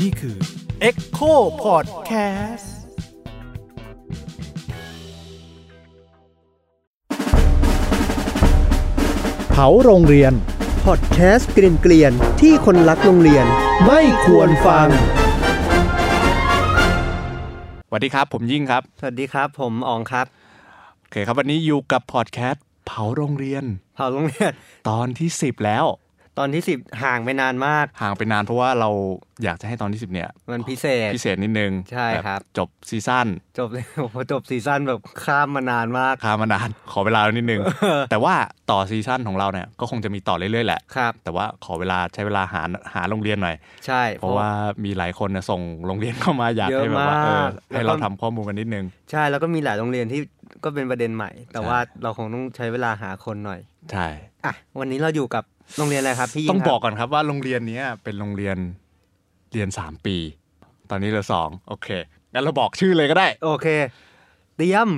นี่คือ Echo Podcast เผาโรงเรียน พอดแคสต์เกลียนๆที่คนรักโรงเรียน ไม่ควรฟัง สวัสดีครับ ผมยิ่งครับ สวัสดีครับ ผมอองครับ โอเคครับ วันนี้อยู่กับพอดแคสต์เผาโรงเรียน เผาโรงเรียน ตอนที่ 10 แล้ว ตอนที่สิบห่างไปนานมาก ห่างไปนานเพราะว่าเราอยากจะให้ตอนที่ 10 เนี่ย มันพิเศษ พิเศษนิดนึง ใช่ครับ แจบซีซั่น จบ เลยโอ้โหจบซีซั่นแบบข้ามมานานมาก คามานาน ขอเวลานิดนึง แต่ว่าต่อซีซั่นของเราเนี่ยก็คงจะมีต่อเรื่อยๆแหละ ครับ แต่ว่าขอเวลาใช้เวลาหาหาโรงเรียนหน่อย ใช่ เพราะว่ามีหลายคนเนี่ยส่งโรงเรียนเข้ามาอยากให้แบบว่าเออให้เราทำข้อมูลกันนิดนึง ใช่แล้วก็มีหลายโรงเรียนที่ก็เป็นประเด็นใหม่ แต่ ใช่ ว่าเราคงต้องใช้เวลาหาคนหน่อย ใช่ อ่ะวันนี้เราอยู่กับโรงเรียนอะไรครับพี่ ต้อง ยิ่ บอก ครั ก่อนครับว่าโรงเรียนเนี้ยเป็นโรงเรียนเรียนสามปี ตอนนี้เราสองโอเคงั้นเราบอกชื่อเลยก็ได้ โอเค เตรียม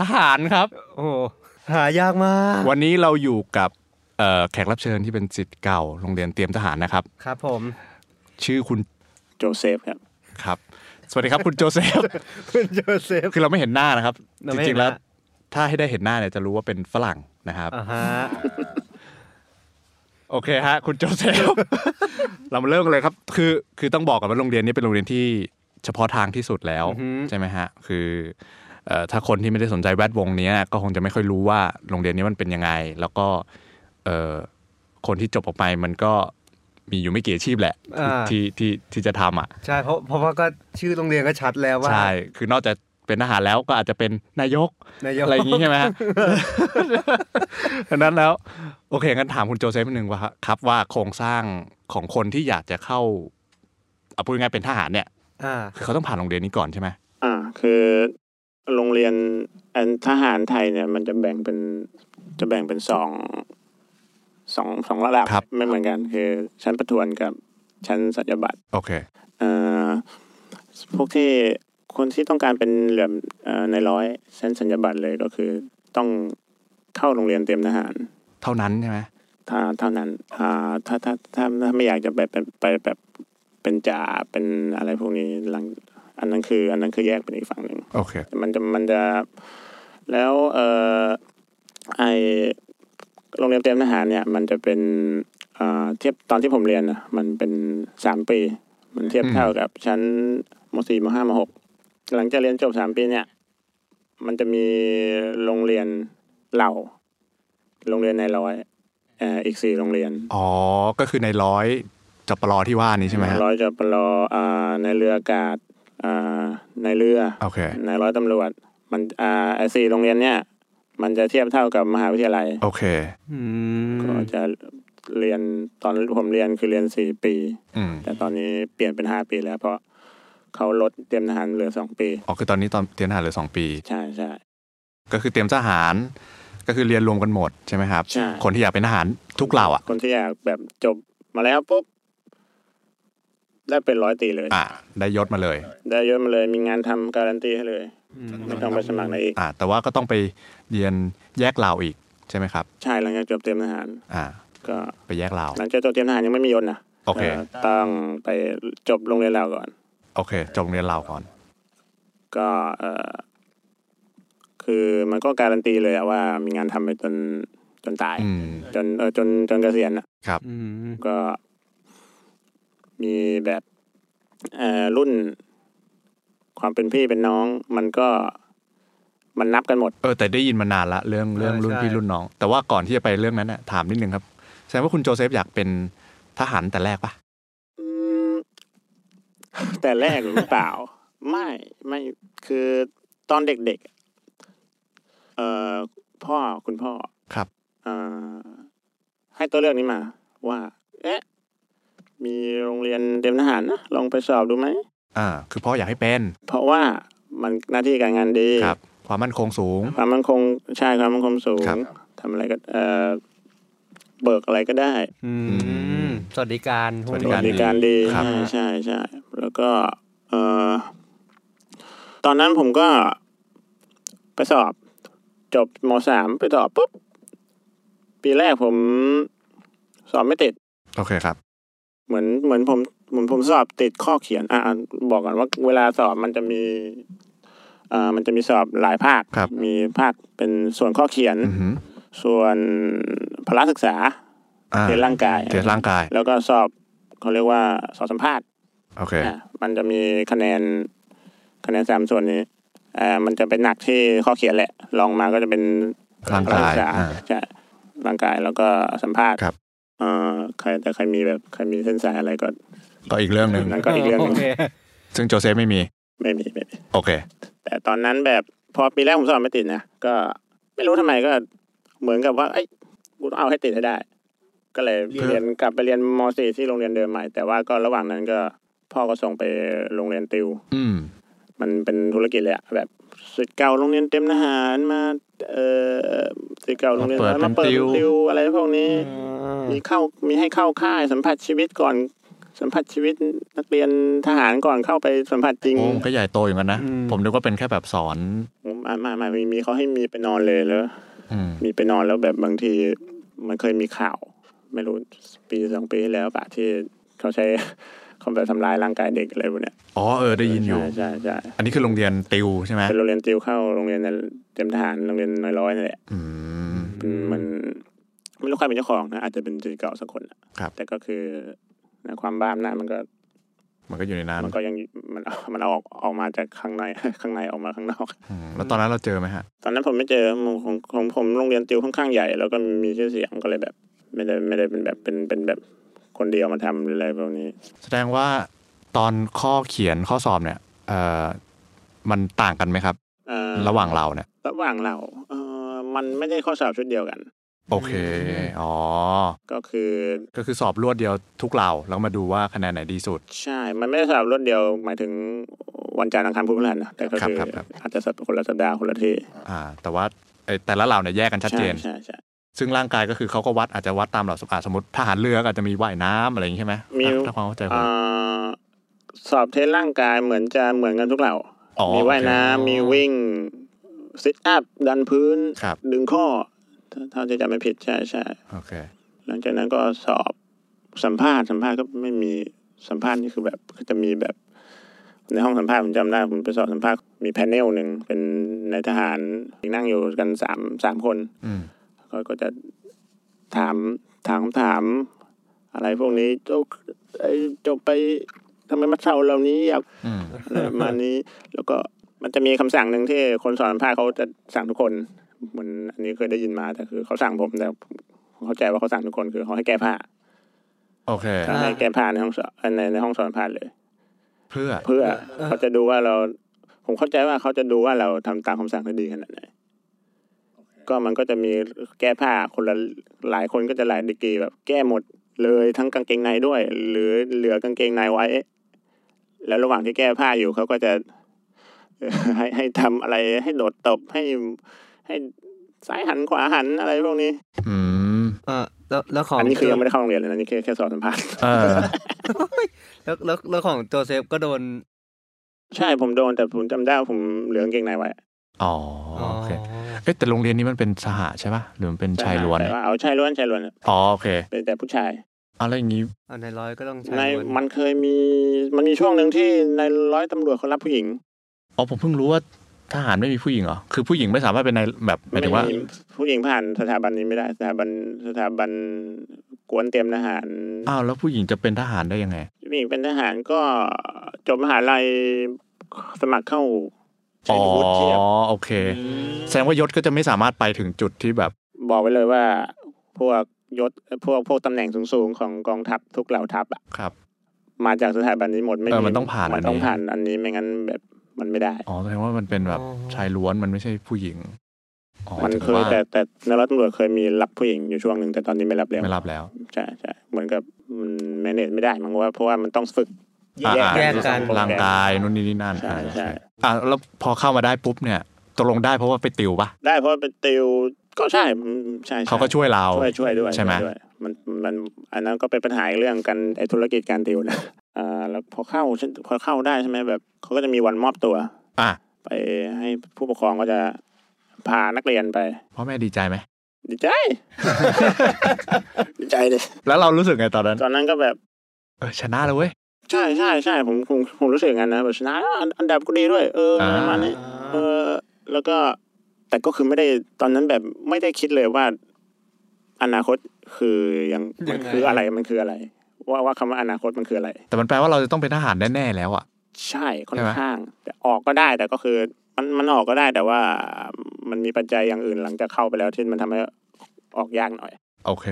ทหารครับ โอ้โหหายากมาก วันนี้เราอยู่กับเอ่อแขกรับเชิญที่เป็นจิตเก่าโรงเรียนเตรียมทหารนะครับ ครับผม ชื่อคุณ โจเซฟครับ ครับ สวัสดีครับคุณโจเซฟ คุณโจเซฟ คือเราไม่เห็นหน้านะครับ เรา จ ไม่เห็น ริงๆแล้ว หน้ ถ้าให้ได้เห็นหน้าเนี่ยจะรู้ว่าเป็นฝรั่งนะครับ อ่าฮะ โอเคฮะคุณโจเซฟ เรามาเริ่มกันเลยครับ คือคือต้องบอกก่อนว่าโรงเรียนนี้เป็นโรงเรียนที่เฉพาะทางที่สุดแล้วใช่ไหมฮะคือเอ่อถ้าคนที่ไม่ได้สนใจแวดวงเนี้ยก็คงจะไม่ค่อยรู้ว่าโรงเรียนนี้มันเป็นยังไง แล้วก็เอ่อคนที่จบออกไปมันก็มีอยู่ไม่กี่อาชีพแหละที่ที่ที่ที่จะทำอ่ะ ใช่เพราะเพราะว่าก็ชื่อโรงเรียนก็ชัดแล้วว่า ใช่ คือนอกจากเป็นทหารแล้วก็อาจจะเป็นนายก นายก อะไรอย่างนี้ใช่ไห มฮะ ดังนั้นแล้ว โอเคงั้นถามคุณโจเซฟนิดนึงว่าครับว่าโครงสร้างของคนที่อยากจะเข้าเอาพูดง่ายๆเป็นทหารเนี่ย อ่า คือเขาต้องผ่านโรงเรียนนี้ก่อนใช่ไหม อ่าคือโรงเรียนอันทหารไทยเนี่ยมันจะแบ่งเป็นจะแบ่งเป็นสองสองสองระดับไม่เหมือนกัน คือชั้นประทวนกับชั้นสัจบัตร โอเค เอ่อพวกที่คนที่ต้องการเป็นเหลื่อมเอ่อในร้อยชั้นสัญญบัตรเลยก็คือ ต้องเข้าโรงเรียนเตรียมทหาร เท่านั้นใช่ไหม ถ้าเท่านั้นอ่าถ้าถ้าถ้าถ้าไม่อยากจะไปไปไปแบบเป็นจ่าเป็นอะไรพวกนี้หลังอันนั้นคือ อันนั้นคือแยกเป็นอีกฝั่งหนึ่ง โอเค มันจะมันจะแล้วเออไอโรงเรียนเตรียมทหารเนี่ย มันจะเป็นเอ่อเทียบตอนที่ผมเรียนนะมันเป็นสามปี มันเทียบ อืม เท่ากับชั้นมสี่มห้ามหกหลังจากเรียนจบสามปีเนี่ย มันจะมีโรงเรียนเหล่า โรงเรียนในร้อยเอ่ออีกสี่โรงเรียน อ๋อก็คือในร้อยจปรอที่ว่านี้ใช่ไหมฮะ ร้อยจปรอ่าในเรืออากาศอ่าในเรือ โอเค นายร้อยตำรวจมันอ่าไอซีโรงเรียนเนี่ยมันจะเทียบเท่ากับมหาวิทยาลัย โอเค อื ก็ ม จะเรียนตอนผมเรียนคือเรียนสี่ปี อืม แต่ตอนนี้เปลี่ยนเป็นห้าปีแล้ว เพราะเขาลดเตรียมทหารเหลือสองปี อ๋อคือตอนนี้ตอนเตรียมทหารเหลือสองปี ใช่ใช่ ก็คือเตรียมทหาร ก็คือเรียนรวมกันหมดใช่ไหมครับ ใช่ คนที่อยากเป็นทหารทุกเหล่าอ่ะ คนที่อยากแบบจบมาแล้วปุ๊บได้เป็นร้อยตีเลย อ่ะได้ยศมาเลย ได้เยอะมาเลยมีงานทำการันตีให้เลยไม่ต้องไปสมัครในอีก อ่าแต่ว่าก็ต้องไปเรียนแยกเหล่าอีกใช่ไหมครับ ใช่หลังจากจบเตรียมทหาร อ่า ก็ ไปแยกเหล่า หลังจากจบเตรียมทหารยังไม่มียศนะ โอเค อ่อต้องไปจบโรงเรียนเราก่อน โอเคจบโรงเรียนเหล่าก่อน ก็เออคือมันก็การันตีเลยอะว่ามีงานทำไปจนจนตาย อืม จนเออจนจนเกษียณอะ อืม ก็มีแบบเออรุ่น ความเป็นพี่เป็นน้อง มันก็มันนับกันหมด เออแต่ได้ยินมานานละเรื่องเรื่อง ใช่ รุ่นพี่ ใช่ รุ่นน้อง แต่ว่าก่อนที่จะไปเรื่องนั้นน่ะถามนิดนึงครับแสดงว่าคุณโจเซฟอยากเป็นทหารแต่แรกปะ อืม แต่แรกหรือเปล่า ไม่ไม่คือตอนเด็กๆ เอ่อพ่อคุณพ่อ ครับ เอ่อให้ตัวเลือกนี้มา ว่า เอ๊ะ มีโรงเรียนเตรียมทหารนะลองไปสอบดูไหม อ่า คือพ่ออยากให้เป็น เพราะว่ามันหน้าที่การงานดี ครับ ความมั่นคงสูง ความมั่นคงใช่ความมั่นคงสูง ครับ ทำอะไรก็เอ่อเบิกอะไรก็ได้ อื ม ม สวัสดิการ สวัส สวัสดิการดี ครับ ใช่ใช่ใช่แล้วก็ เอ่อตอนนั้นผมก็ไปสอบจบมสามไปสอบปุ๊บปีแรกผมสอบไม่ติด โอเคครับ เหมือนเหมือนผมเหมือนผมสอบติดข้อเขียนอ่ะอ่ะบอกก่อนว่าเวลาสอบมันจะมีอ่ามันจะมีสอบหลายภาค ครับ มีภาคเป็นส่วนข้อเขียน อือหือ ส่วนพละศึกษา อ่า เทสร่างกาย เทสร่างกาย แล้วก็สอบเขาเรียกว่าสอบสัมภาษณ์ โอเค อ่ะมันจะมีคะแนนคะแนนสามส่วนนี้อ่ามันจะเป็นหนักที่ข้อเขียนแหละลองมาก็จะเป็น ร่างกาย พละศึษ อ่า ใช่ร่างกายแล้วก็สัมภาษณ์ ครับ เอ่อใครแต่ใครมีแบบใครมีเส้นสายอะไรก็ ก็อีกเรื่องหนึ่ง นั่นก็อีกเรื่องหนึง โค ซึ่งโจเซฟไม่มี ไม่มีไม่มี โอเค แต่ตอนนั้นแบบพอปีแรกผมสอบไม่ติดนะก็ไม่รู้ทำไมก็เหมือนกับว่าเอ้ยกูต้องเอาให้ติดให้ได้ ก็เลยเรียนกลับไปเรียนม .4 ที่โรงเรียนเดิมใหม่ แต่ว่าก็ระหว่างนั้นก็พ่อก็ส่งไปโรงเรียนติว อืม มันเป็นธุรกิจเลยอะแบบสิทธิ์เก่าโรงเรียนเตรียมทหารมาเอ่อสิทธิ์เก่าโรงเรียน มาเปิด มาเปิด เป็นติว ติวอะไรพวกนี้ มีเข้ามีให้เข้าค่ายสัมผัสชีวิตก่อน สัมผัสชีวิตนักเรียนทหารก่อนเข้าไปสัมผัสจริง โอ้มันก็ใหญ่โตอยู่กันนะ ผมนึกว่าเป็นแค่แบบสอน ผมอ่านมามามีมีเขาให้มีไปนอนเลยแล้ว อืม มีไปนอนแล้วแบบบางทีมันเคยมีข่าว ไม่รู้ปีสองปีที่แล้วปะที่เขาใช้ คอมแบบทำลายร่างกายเด็กอะไรพวกเนี้ย อ๋อเออได้ยินอยู่ ใช่ใช่ใช่ อันนี้คือโรงเรียนติวใช่ไหม เป็นโรงเรียนติวเข้าโรงเรียนในเตรียมทหารโรงเรียนนายร้อยนั่นแหละ อืม เป็นมันไม่รู้ใครเป็นเจ้าของนะอาจจะเป็นจีเก่าสักคนอะ ครับ แต่ก็คือนะความบ้าอำนาจมันก็ มันก็อยู่ในนั้น มันก็ยังมันมันเอาอ อกออกมาจากข้างใน ข้างในออกมาข้างนอก อืมแล้วตอนนั้นเราเจอไหมฮะ ตอนนั้นผมไม่เจอของของของผมโรงเรียนติวค่อนข้างใหญ่ แล้วก็มีชื่อเสียงก็เลยแบบ ไม่ได้ไม่ได้เป็นแบบเป็นเป็นแบบคนเดียวมาทำหรืออะไรแบบนี้ แสดงว่าตอนข้อเขียนข้อสอบเนี่ย เอ่อ มันต่างกันไหมครับ เอ่อ ระหว่างเราเนี่ย ระหว่างเราเออมันไม่ได้ข้อสอบชุดเดียวกัน โอเค อ๋อ ก็คือ ก็คือสอบรวดเดียวทุกเรา แล้วมาดูว่าคะแนนไหนดีสุด ใช่มันไม่ได้สอบรวดเดียวหมายถึงวันจันทร์อังคารพุธพฤหัสนะแต่ก็คือ ครับครับครับ อาจจะสัปคนละสัปดาห์คนละที่ อ่า แต่ว่าไอ้แต่ละเราเนี่ยแยกกันชัดเจน ใช่ใช่ ซึ่งร่างกายก็คือเขาก็วัดอาจจะวัดตามเหล่าสมอาสมมติทหารเรือก็อาจจะมีว่ายน้ำอะไรอย่างนี้ใช่ไหม มี ถ้าความเข้าใจผม เอ่อสอบเทสร่างกายเหมือนจะเหมือนกันทุกเหล่า อ๋อ มีว่ายโอน้ำเค มีวิ่งซิทอัพดันพื้น ครับ ดึงข้อถ้าเท่าที่จำไม่ผิดใช่ใช่ โอเค หลังจากนั้นก็สอบสัมภาษณ์สัมภาษณ์ก็ไม่มีสัมภาษณ์นี่คือแบบก็จะมีแบบ ในห้องสัมภาษณ์ผมจำได้ผมไปสอบสัมภาษณ์มีแพนเนลหนึ่งเป็นนายทหารนั่งอยู่กันสามสามคน อืม ก็ก็จะถามถามคำถาม อะไรพวกนี้จบเอ้ยจบไปทำไมมาเท่าเหล่านี้อยาก อืม อะไรประมาณนี้ แล้วก็มันจะมีคำสั่งหนึ่งที่คนสอนภาคเขาจะสั่งทุกคนเหมือนอันนี้เคยได้ยินมาแต่คือเขาสั่งผมแต่ผมเข้าใจว่าเขาสั่งทุกคนคือเขาให้แก้ผ้า โอเค เขาให้แก้ผ้าในห้องสอนในในห้องสอนภาคเลย เพื่อ เพื่อเขาจะดูว่าเรา ผมเข้าใจว่าเขาจะดูว่าเราทำตามคำสั่งได้ดีขนาดไหนก็มันก็จะมีแก้ผ้าคนละหลายคนก็จะหลายดีกรีแบบ แก้หมดเลยทั้งกางเกงในด้วย หรือเหลือกางเกงในไว้ แล้วระหว่างที่แก้ผ้าอยู่เขาก็จะ ให้ให้ทำอะไรให้โดดตบให้ให้ซ้ายหันขวาหันอะไรพวกนี้ อืม เออแล้วแล้วของ อันนี้คือยังไม่ได้เข้าโรงเรียนเลยนะนี่แค่แค่สอบสัมภาษณ์ เออ แล้วแล้วแล้วของโจเซฟก็โดน ใช่ผมโดนแต่ผมจำได้ว่าผมเหลือกางเกงในไว้ อ๋อ โอเค เอ๊ะแต่โรงเรียนนี้มันเป็นสหใช่ปะหรือมันเป็นชายล้วน แต่ว่าเอาชายล้วนชายล้วน อ๋อ โอเค เป็นแต่ผู้ชาย เอาแล้วอย่างนี้ เอาในร้อยก็ต้องใช้ ใน ล้วน มันเคยมีมันมีช่วงหนึ่งที่ในร้อยตำรวจเขารับผู้หญิง อ๋อ ผมเพิ่งรู้ว่าทหารไม่มีผู้หญิงเหรอ คือผู้หญิงไม่สามารถเป็นในายแบบหมายถึงว่า ไผู้หญิงผ่านสถาบันนี้ไม่ได้สถาบันสถาบันกวนเตรียมทหาร อ้าว แล้วผู้หญิงจะเป็นทหารได้ยังไง ผู้หญิงเป็นทหารก็จบมหาลัยสมัครเข้าใช้ อ๋อ วุฒิเทียบ โอเค แสดงว่ายศก็จะไม่สามารถไปถึงจุดที่แบบ บอกไว้เลยว่า พวกยศพวกพวกตำแหน่งสูงๆของกองทัพทุกเหล่าทัพอะ ครับ มาจากสถาบันนี้หมดไม่ เออมันต้องผ่าน มันต้อง อันนี้ ผ่านอันนี้ไม่งั้นแบบมันไม่ได้ อ๋อ แสดงว่ามันเป็นแบบชายล้วน มันไม่ใช่ผู้หญิง อ๋อ มัน ถึง เคย ว่า แต่แต่ในร้อยตำรวจเคยมีรับผู้หญิงอยู่ช่วงหนึ่งแต่ตอนนี้ไม่รับแล้ว ไม่รับแล้ว ใช่ใช่เหมือนกับมันแมเนจไม่ได้มั้งว่าเพราะว่ามันต้องฝึก อ่า แยกกัน โปรแม ร่างกายนู่นนี่นี่นั่น ใช่ อ่า ใช่ อ่าแล้วพอเข้ามาได้ปุ๊บเนี่ยตกลงได้เพราะว่าไปติวปะ ได้เพราะเป็นติวก็ใช่อืมใช่ใช่ เขาก็ช่วยเรา ช่วยช่วยด้วย ใช่ไหม วยด้วยมันมันอันนั้นก็เป็นปัญหาอีกเรื่องกันไอ้ธุรกิจการติวนะอ่าแล้วพอเข้าฉันพอเข้าได้ใช่ไหมแบบเขาก็จะมีวันมอบตัว อ่ะ ไปให้ผู้ปกครองก็จะพานักเรียนไป พ่อแม่ดีใจไหม ดี ใจ ดีใจเลย แล้วเรารู้สึกไงตอนนั้น ตอนนั้นก็แบบ เออชนะแล้วเว้ย ใช่ใช่ใช่ผมผมผมรู้สึกอย่างนั้นนะแบบชนะอันอันดับก็ดีด้วย เออ อ่า ประมาณนี้เออ แล้วก็แต่ก็คือไม่ได้ตอนนั้นแบบไม่ได้คิดเลยว่า อนาคตคือยังมันคืออะไรมันคืออะไร ว่าว่าคำว่าอนาคตมันคืออะไร แต่มันแปลว่าเราจะต้องเป็นทหารแน่ๆแล้วอ่ะ ใช่ค่อ ใช่ น ไหม ข้าง แต่ออกก็ได้แต่ก็คือ มันมันออกก็ได้แต่ว่ามันมีปัจจัยอย่างอื่นหลังจากเข้าไปแล้วที่มันทำให้ออกยากหน่อย โอเค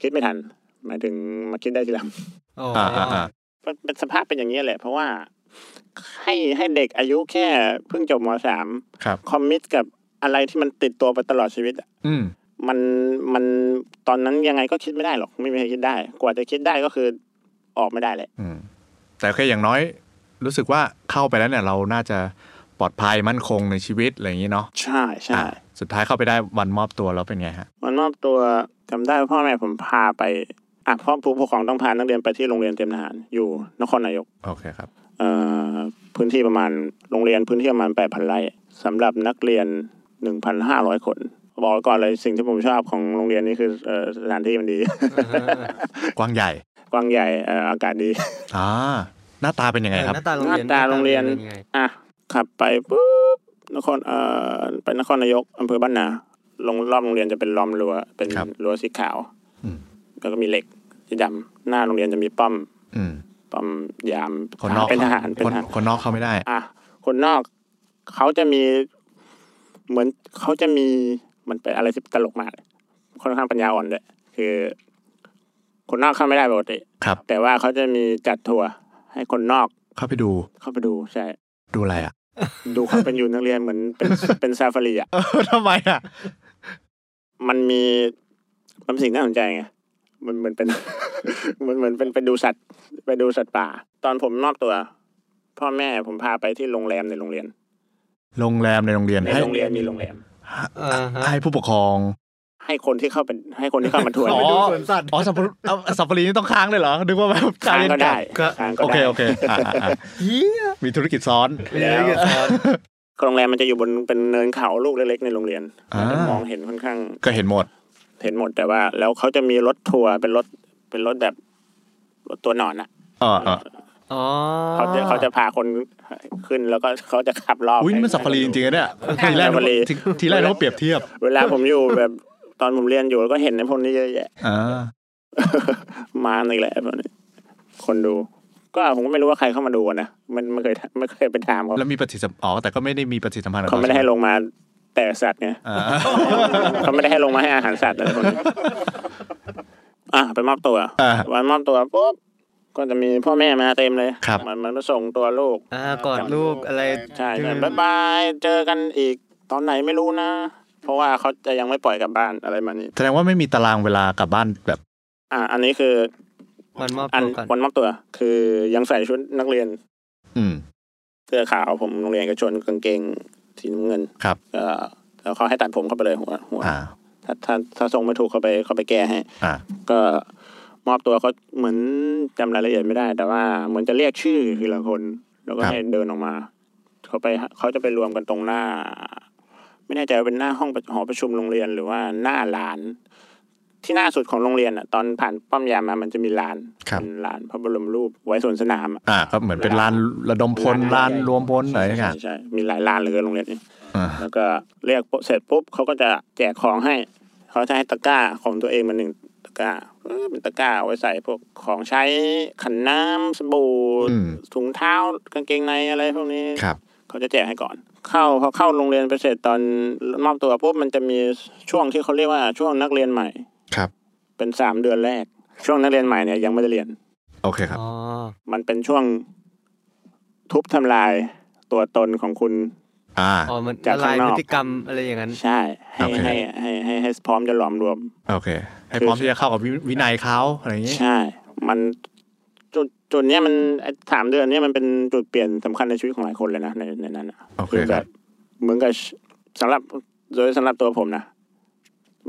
คิดไม่ทัน หมายถึงมาคิดได้ทีหลัง อ๋อ อ่า อ่า อ่า มันเป็นสภาพเป็นอย่างนี้ยแหละ เพราะว่าให้ให้เด็กอายุแค่เพิ่งจบมสาม ครับ คอมมิตกับอะไรที่มันติดตัวไปตลอดชีวิตอะ อืม มันมันตอนนั้นยังไงก็คิดไม่ได้หรอก ไม่มีใครคิดได้ กว่าจะคิดได้ก็คือออกไม่ได้แหละ อืม แต่แค่อย่างน้อย รู้สึกว่าเข้าไปแล้วเนี่ย เราน่าจะปลอดภัยมั่นคงในชีวิตอะไรอย่างนี้เนาะ ใช่ใช่ อ่ะสุดท้ายเข้าไปได้วันมอบตัวแล้วเป็นไงฮะ วันมอบตัวจำได้ว่าพ่อแม่ผมพาไปอ่ะพ่อผู้ปกครองต้องพานักเรียนไปที่โรงเรียนเตรียมทหารอยู่นครนายก โอเคครับ เอ่อพื้นที่ประมาณโรงเรียนพื้นที่ประมาณ 8,000 ไร่สำหรับนักเรียน 1,500 คน บอกไว้ก่อนเลยสิ่งที่ผมชอบของโรงเรียนนี้คือเอ่อสถานที่มันดี กว้างใหญ่ กว้างใหญ่เอ่ออากาศดี อ่า หน้าตาเป็นยังไงครับ หน้าตาโรงเรียน หน้าตาโรงเรียน ป็ไง อ่ะขับไปปุ๊บนครเอ่อไปนครนายกอำเภอบ้านนาลงรอบโรงเรียนจะเป็นล้อมรั้วเป็น ครับ รั้วสีขาว อืม แล้วก็มีเหล็กสีดำหน้าโรงเรียนจะมีป้อม อืม ป้อมยาม คนนอก เป็นทหารเป็น ค ท น หาร คนนอกเข้าไม่ได้ อ่ะคนนอกเขาจะมีเหมือนเขาจะมีมันเป็นอะไรที่ตลกมากค่อนข้างปัญญาอ่อนด้วยคือ คนนอกเข้าไม่ได้ปกติ ครับ แต่ว่าเขาจะมีจัดทัวร์ให้คนนอก เข้าไปดู เข้าไปดูใช่ ดูอะไรอ่ะ ดูความเป็นอยู่นักเรียนเหมือนเป็น เป็นซาฟารีอ่ะ เออทำไมอ่ะ มันมีมันเป็นสิ่งน่าสนใจไงมันเหมือน เป็น มันเหมือนเป็นไปดูสัตว์ ไปดูสัตว์ป่า ตอนผมนอกตัว พ่อแม่ผมพาไปที่โรงแรมในโรงเรียน โรงแรมในโรงเรียน ใน ให้ โรงเรียนมีโรงแรม อ่าฮะ ให้ผู้ปกครอง ให้คนที่เข้าเป็นให้คนที่เข้ามาทัวร์ อ๋อ ไปดูสวนสัตว์ อ๋อสัปปะรดเอาสัปปะรีนี่ต้องค้างเลยเหรอ นึกว่าแบบใจ ค้าง เย็น ก็ได้ กลับ ค้างก็ โอเค ได้ โอเคอ่ะอ่ะอ่ะมีธุรกิจซ้อน แล้วโรงแรมมันจะอยู่บนเป็นเนินเขาลูกเล็กๆในโรงเรียน อ่า จะมองเห็นค่อนข้าง ก็เห็นหมด เห็นหมดแต่ว่า แล้วเขาจะมีรถทัวร์เป็นรถเป็นรถแบบรถตัวหนอนอ่ะ เออเออ อ๋อ เขาจะเขาจะพาคนขึ้นแล้วก็เขาจะขับรอบ อุ้ยนี่มันสัปปะรีจริงๆนะเนี่ย ทีแรกนึกว่าทีทีแรกนึกว่าเปรียบเทียบ เวลาผมอยู่แบบตอนผมเรียนอยู่ก็เห็นในพวกนี้เยอะแยะ อ่า มาอีกแหละแบบนี้คนดู ก็ผมก็ไม่รู้ว่าใครเข้ามาดูนะมันไม่เคยไม่เคยไปถามเขา แล้วมีปฏิสัมพันธ์อ๋อแต่ก็ไม่ได้มีปฏิสัมพันธ์กับ เขาไม่ได้ให้ลงมาแต่สัตว์ไง อ่า เขาไม่ได้ให้ลงมาให้อาหารสัตว์อะไรพวกนี้อ่ะไปมอบตัว อ่า วันมอบตัวปุ๊บ ก็จะมีพ่อแม่มาเต็มเลย ครับ มันมันมาส่งตัวลูก อ่ากอดลูกอะไร ใช่ใช่บ๊ายบาย เจอกันอีกตอนไหนไม่รู้นะ เพราะว่าเขาจะยังไม่ปล่อยกลับบ้านอะไรมานี้ แสดงว่าไม่มีตารางเวลากลับบ้านแบบ อ่ะอันนี้คือ มันมอบ อัน ตัวก่อน วันมอบตัว คือยังใส่ชุดนักเรียน อืม เสื้อขาวผมโรงเรียนเอกชนกางเกงสีน้ำเงิน ครับ เอ่อแล้วเขาให้ตัดผมเข้าไปเลยหัวหัว อ่า ถ้าถ้าถ้าทรงไม่ถูกเขาไปเขาไปแก้ให้ อ่า ก็มอบตัวเขาเหมือนจำรายละเอียดไม่ได้ แต่ว่าเหมือนจะเรียกชื่อทีละคน แล้วก็ให้เดินออกมาเขาไปเขาจะไปรวมกันตรงหน้า ไม่แน่ใจว่าเป็นหน้าห้องประหอประชุมโรงเรียนหรือว่าหน้าลาน ที่หน้าสุดของโรงเรียนอ่ะ ตอนผ่านป้อมยามมามันจะมีลาน ครับ เป็นลานพระบรมรูปไว้สวนสนามอะ อ่าก็เหมือนเป็นลานระดมพลลานรวมพลอะไรอย่างเงี้ย ใช่ใช่มีหลายลานเหลยโรงเรียนนี้ อ่า แล้วก็เรียกปุ๊บเสร็จปุ๊บเขาก็จะแจกของให้ เขาจะให้ตะกร้าของตัวเองมาหนึ่งตะกร้าเออเป็นตะกร้าเอาไว้ใส่พวกของใช้ขันน้ำสบู่ อืม ถุงเท้ากางเกงในอะไรพวกนี้ ครับ เขาจะแจกให้ก่อน เข้าพอเข้าโรงเรียนไปเสร็จตอนมอบตัวปุ๊บมันจะมีช่วงที่เขาเรียกว่าช่วงนักเรียนใหม่ ครับ เป็นสามเดือนแรก ช่วงนักเรียนใหม่เนี่ยยังไม่ได้เรียน โอเคครับ อ๋อ มันเป็นช่วงทุบทำลายตัวตนของคุณ อ่า อ๋อมัน จาก ละลา ข้าย งนอก พฤติกรรมอะไรอย่างนั้น ใช่ให้ โอเค ให้ให้ให้ให้พร้อมจะหลอมรวม โอเค ให้พร้อมที่จะเข้ากับวิวินัยเขาอะไรอย่างงี้ ใช่ มันจุดจุดเนี้ยมันไอ้สามเดือนเนี้ยมันเป็นจุดเปลี่ยนสำคัญในชีวิตของหลายคนเลยนะในในนั้นน่ะ โอเค คือ ค แบ รั บบ เหมือนกับสำหรับโดยสำหรับตัวผมนะ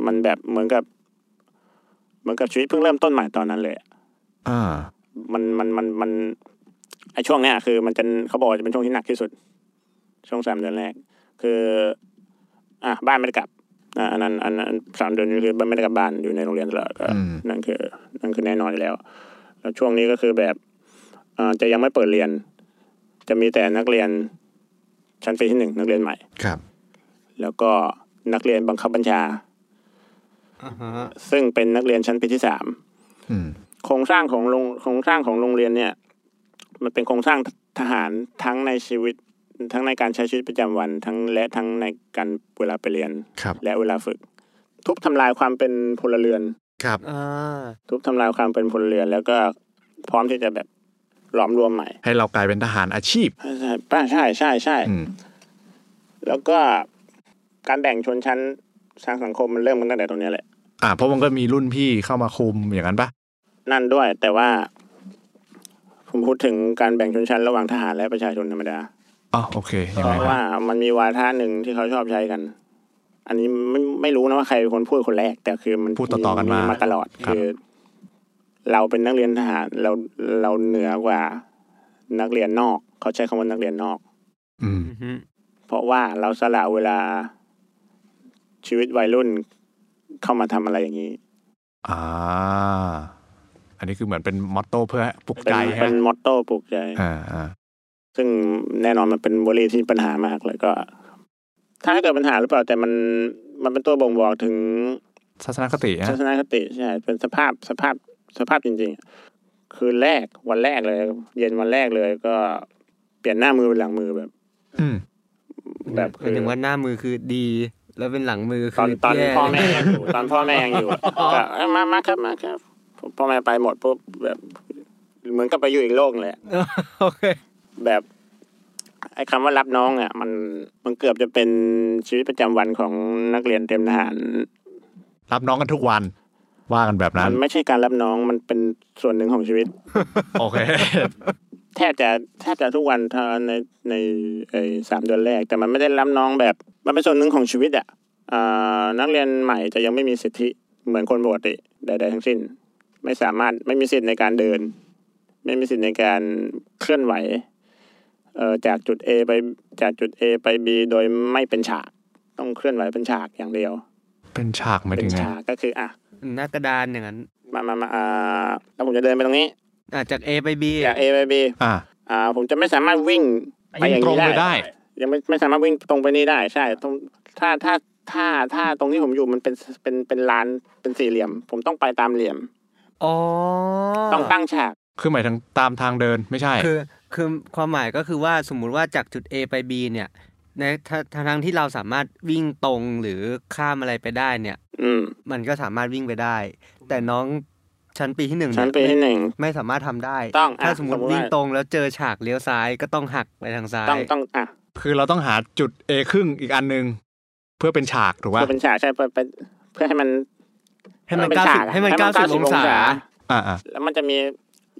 มันแบบเหมือนกับ เหมือนกับชีวิตเพิ่งเริ่มต้นใหม่ตอนนั้นเลยอะ อ่า มันมันมันมันไอช่วงเนี้ยคือ มันจะเขาบอกว่าจะเป็นช่วงที่หนักที่สุด ช่วงสามเดือนแรก คือ อ่ะบ้านไม่ได้กลับ อ่าอันนั้นอันนั้นสามเดือนนี้คือไม่ได้กลับบ้านอยู่ในโรงเรียนตลอดก็ อืม นั่นคือนั่นคือแน่นอนอยู่แล้ว แล้วช่วงนี้ก็คือแบบอ่าจะยังไม่เปิดเรียน จะมีแต่นักเรียนชั้นปีที่หนึ่งนักเรียนใหม่ ครับ แล้วก็นักเรียนบังคับบัญชา อ่าฮะ ซึ่งเป็นนักเรียนชั้นปีที่สาม อืม โครงสร้างของโรงโครงสร้างของโรงเรียนเนี่ย มันเป็นโครงสร้างทหารทั้งในชีวิต ทั้งในการใช้ชีวิตประจำวัน ทั้งและทั้งในการเวลาไปเรียน ครับ และเวลาฝึก ทุบทำลายความเป็นพลเรือน ครับ อ่า ทุบทำลายความเป็นพลเรือน แล้วก็พร้อมที่จะแบบหลอมรวมใหม่ ให้เรากลายเป็นทหารอาชีพ ใช่ป้าใช่ใช่ใช่ อืม แล้วก็การแบ่งชนชั้นทางสังคมมันเริ่มมันตั้งแต่ตรงเนี้ยแหละ อ่าเพราะมันก็มีรุ่นพี่เข้ามาคุมอย่างนั้นปะ นั่นด้วย แต่ว่า ผมพูดถึงการแบ่งชนชั้นระหว่างทหารและประชาชนธรรมดา อ๋อโอเคยัง เพ ไง ราะ ฮะ ว่ามันมีวาทะหนึ่งที่เขาชอบใช้กัน อันนี้ไม่ไม่รู้นะว่าใครเป็นคนพูดคนแรก แต่คือมัน พูดต่อๆกันมา มาตลอด ครับ คือ เราเป็นนักเรียนทหารเราเราเหนือกว่านักเรียนนอก เขาใช้คำว่านักเรียนนอก อืม อือฮึ เพราะว่าเราสละเวลาชีวิตวัยรุ่นเข้ามาทำอะไรอย่างนี้ อ่า อันนี้คือเหมือนเป็นมอตโต้เพื่อปลุก เป็น ใจ เป็ ฮะ นมอตโต้ปลุกใจ อ่าอ่า ซึ่งแน่นอนมันเป็นวลีที่มีปัญหามากแล้วก็ ถ้าเกิดปัญหาหรือเปล่า แต่มันมันเป็นตัวบ่งบอกถึง ทัศนคติฮะ ทัศนคติใช่เป็นสภาพสภาพสภาพจริงๆ คืนแรกวันแรกเลย เย็นวันแรกเลยก็เปลี่ยนหน้ามือเป็นหลังมือแบบ อืม แบบ หมายถึงว่าหน้ามือคือดี แล้วเป็นหลังมือ ต คือ อน ตอน ย่ พ่อแม่ยังอยู่ ตอนพ่อแม่ยังอยู่ก็เอ้ยมามาครับมาครับพ่อแม่ไปหมดปุ๊บแบบเหมือนกับไปอยู่อีกโลกเลยอะ โอเค แบบไอ้คำว่ารับน้องอ่ะ มันมันเกือบจะเป็นชีวิตประจำวันของนักเรียนเตรียมทหาร รับน้องกันทุกวัน ว่ากันแบบนั้ มัน นไม่ใช่การรับน้องมันเป็นส่วนหนึ่งของชีวิต โอเค แทบจะแทบจะทุกวันถ้าในในไอ้สามเดือนแรก แต่มันไม่ได้รับน้องแบบ มันเป็นส่วนหนึ่งของชีวิตอะอ่านักเรียนใหม่จะยังไม่มีสิทธิเหมือนคนปกติใดๆทั้งสิ้น ไม่สามารถไม่มีสิทธิในการเดิน ไม่มีสิทธิในการเคลื่อนไหวเอ่อจากจุด A ไปจากจุด A ไป B โดยไม่เป็นฉากต้องเคลื่อนไหวเป็นฉากอย่างเดียว เป็นฉากไม่ เป็ ถึ น งไง ฉากก็คืออ่ะ หน้ากระดานอย่างนั้น มามามาอ่าแล้วผมจะเดินไปตรงนี้ อ่ะจาก A ไป B จาก A ไป B อ่า อ่าผมจะไม่สามารถวิ่งไป วิ่ อง ย่าง ตรง นี้ ไป ได้ ได้ ยังไม่ไม่สามารถวิ่งตรงไปนี่ได้ใช่ตรงถ้าถ้าถ้าถ้าตรงที่ผมอยู่มันเป็นเป็นเป็นลานเป็นสี่เหลี่ยม ผมต้องไปตามเหลี่ยม อ๋อ ต้องตั้งฉาก คือหมายถึงตามทางเดินไม่ใช่ คือคือความหมายก็คือว่าสมมุติว่าจากจุด A ไป B เนี่ยในทาทางทั้งที่เราสามารถวิ่งตรงหรือข้ามอะไรไปได้เนี่ย อืม มันก็สามารถวิ่งไปได้ แต่น้องชั้นปีที่หนึ่ง ชั้นปี ย ที่หนึ่ง ไม่สามารถทำได้ ต้องอ่ะ ถ้าสมม สม ติ มุติ วิ่ง ว่า ตรงแล้วเจอฉากเลี้ยวซ้ายก็ต้องหักไปทางซ้าย ต้องต้องอ่ะ คือเราต้องหาจุด A ครึ่งอีกอันหนึง เพื่อเป็นฉากถูก เพื่ ป่ะ อเป็นฉากใช่เพื่อเป็นเพื่อให้มัน ให้มัน เป็ เก้า ฉ สิบ อะ ให้มันเก้าสิบองศา อ่าอ่า แล้วมันจะมี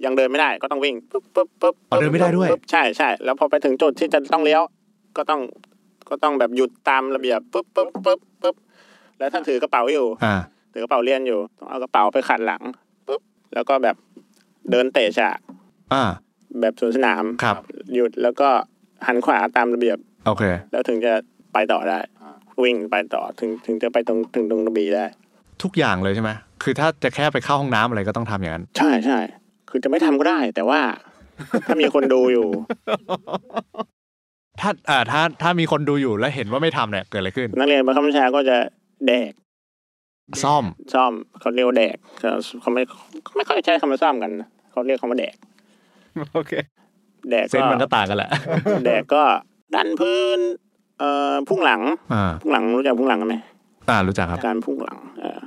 ยังเดินไม่ได้ ก็ต้องวิ่งปุ๊บปุ๊บปุ๊บ อ๋อเดินไม่ได้ด้วย ปุ๊บใช่ใช่แล้วพอไปถึงจุดที่จะต้องเลี้ยว ก็ต้องก็ต้องแบบหยุดตามระเบียบปุ๊บปุ๊บปุ๊บปุ๊บแล้วถ้าถือกระเป๋าอยู่ อ่า ถือกระเป๋าเรียนอยู่ต้องเอากระเป๋าไปขัดหลังปุ๊บแล้วก็แบบเดินเตะฉาก อ่า แบบสวนสนาม ครับ หยุดแล้วก็หันขวาตามระเบียบ โอเค แล้วถึงจะไปต่อได้ วิ่งไปต่อถึงถึงจะไปตรงถึงตรงระเบียบได้ ทุกอย่างเลยใช่ไหมคือถ้าจะแค่ไปเข้าห้องน้ำอะไรก็ต้องทำอย่างนั้น ใช่ใช่คือจะไม่ทำก็ได้ แต่ว่า ถ้ามีคนดูอยู่ ถ้าอ่าถ้าถ้ามีคนดูอยู่แล้วเห็นว่าไม่ทำเนี่ยเกิดอะไรขึ้น นักเรียนบังคับบัญชาก็จะแดก ซ่อม ซ่อมเขาเรียกว่าแดกเขาเขาไม่เขาไม่ค่อยใช้คำว่าซ่อมกันนะเขาเรียกคำว่าแดก โอเค แดก เส้น ก็ มันก็ต่างกันแหละ แดกก็ดันพื้นเอ่อพุ่งหลัง อ่า พุ่งหลังรู้จักพุ่งหลังกันไหม อ่ารู้จักครับ การพุ่งหลังเอ่อ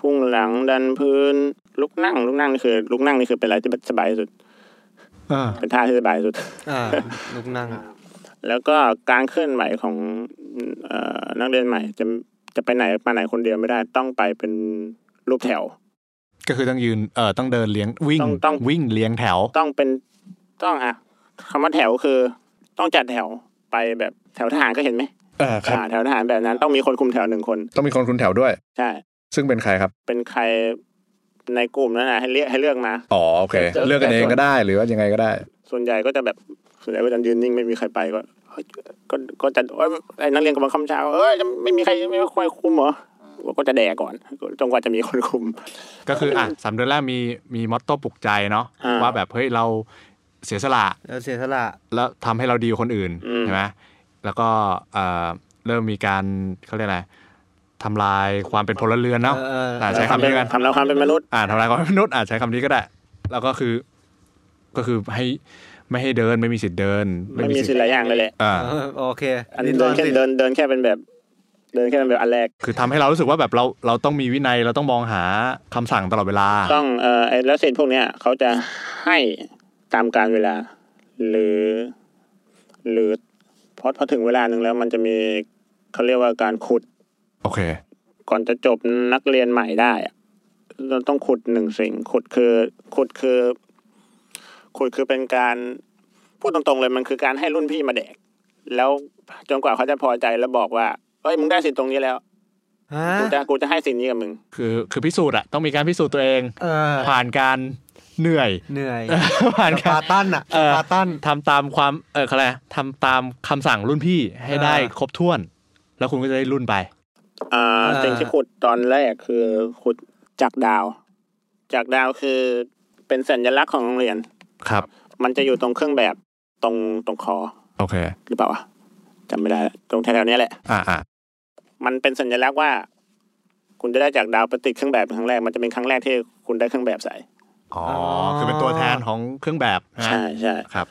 พุ่งหลังดันพื้น ลุกนั่ง ลุกนั่งนี่คือ ลุกนั่งนี่คือเป็นอะไรที่สบายที่สุด อ่า เป็นท่าที่สบายที่สุด อ่าลูกนั่ง แล้วก็การเคลื่อนไหวของเอ่อนักเรียนใหม่จะจะไปไหนมาไหนคนเดียวไม่ได้ต้องไปเป็นรูปแถว ก็คือต้องยืน เอ่อ ต้องเดินเลี้ยงวิ่ง ต้องต้อง วิ่งเลี้ยงแถว ต้องเป็นต้องอ่ะคำว่าแถวคือ ต้องจัดแถวไปแบบแถวทหารก็เห็นไหม เออครับ อ่าแถวทหารแบบนั้น ต้องมีคนคุมแถวหนึ่งคน ต้องมีคนคุนแถวด้วย ใช่ ซึ่งเป็นใครครับ เป็นใครในกลุ่มนั้นนะให้เลือกให้เลือกมา อ๋อ โอเค เลือกกันเองก็ได้หรือ ว่ายังไงก็ได้ ส่วนใหญ่ก็จะแบบส่วนใหญ่ก็จะยืนนิ่งไม่มีใครไปก็ เ ก็ก็ก็จะเอ้ยไอ้นักเรียนกำลังคำเช้าเอ้ยจะไม่มีใครไม่มีใครคุมเหรอก็จะแดกก่อนจนกว่าจะมีคนคุม ก็คืออ่ะสามเดือนแรกมีมีมอตโต้ปลุกใจเนาะ อ่า ว่าแบบเฮ้ยเราเสียสละ เราเสียสละ แล้วทำให้เราดีกว่าคนอื่นใช่ไหมแล้วก็เอ่อเริ่มมีการเขาเรียกอะไรทำลายความเป็นพลเรือนเนาะอ่าใช้คำนี้กัน ทำแล้วความเป็นมนุษย์ อ่าทำลายความเป็นมนุษย์อ่าใช้คำนี้ก็ได้ แล้วก็คือก็คือให้ไม่ให้เดินไม่มีสิทธิ์เดิน ไม่มีสิทธิ์หลายอย่างเลยแหละ อ่า เออโอเค อันนี้เดินแค่เดินเดินแค่เป็นแบบ เดินแค่เป็นแบบอันแรก คือทำให้เรารู้สึกว่าแบบเราเราต้องมีวินัยเราต้องมองหาคำสั่งตลอดเวลา ต้องเอ่อไอ้แล้วสิทธิ์พวกเนี้ยเขาจะให้ตามการเวลา หรือ หรือพอพอถึงเวลาหนึ่งแล้ว มันจะมีเขาเรียกว่าการขุด โอเค ก่อนจะจบนักเรียนใหม่ได้อะเราต้องขุดหนึ่งสิ่ง ขุดคือขุดคือ ขุดคือเป็นการพูดตรงๆเลยมันคือการให้รุ่นพี่มาแดก แล้วจนกว่าเขาจะพอใจแล้วบอกว่าเอ้ยมึงได้สิทธิ์ตรงนี้แล้ว ฮะ กูจะกูจะให้สิทธิ์นี้กับมึง คือคือพิสูจน์อะต้องมีการพิสูจน์ตัวเอง เออ ผ่านการเหนื่อย เหนื่อย ผ่าน ส การ ปาร์ตันอะ เอ ส อ ปาร์ตัน ทำตามความเออเขาเรียกอะไรนะทำตามคำสั่งรุ่นพี่ให้ได้ เออ ครบถ้วน แล้วคุณก็จะได้รุ่นไป อ่า อ่า สิ่งที่ขุดตอนแรกคือขุดจากดาว จากดาวคือเป็นสัญลักษณ์ของโรงเรียน ครับ มันจะอยู่ตรงเครื่องแบบตรงตรงคอ โอเค หรือเปล่าวะจำไม่ได้ละตรงแถวๆเนี้ยแหละ อ่าอ่า มันเป็นสัญลักษณ์ว่า คุณจะได้จากดาวไปติดเครื่องแบบเป็นครั้งแรกมันจะเป็นครั้งแรกที่คุณได้เครื่องแบบใส่ อ๋อ คือเป็นตัวแทนของเครื่องแบบนะ ใช่ใช่ ครับ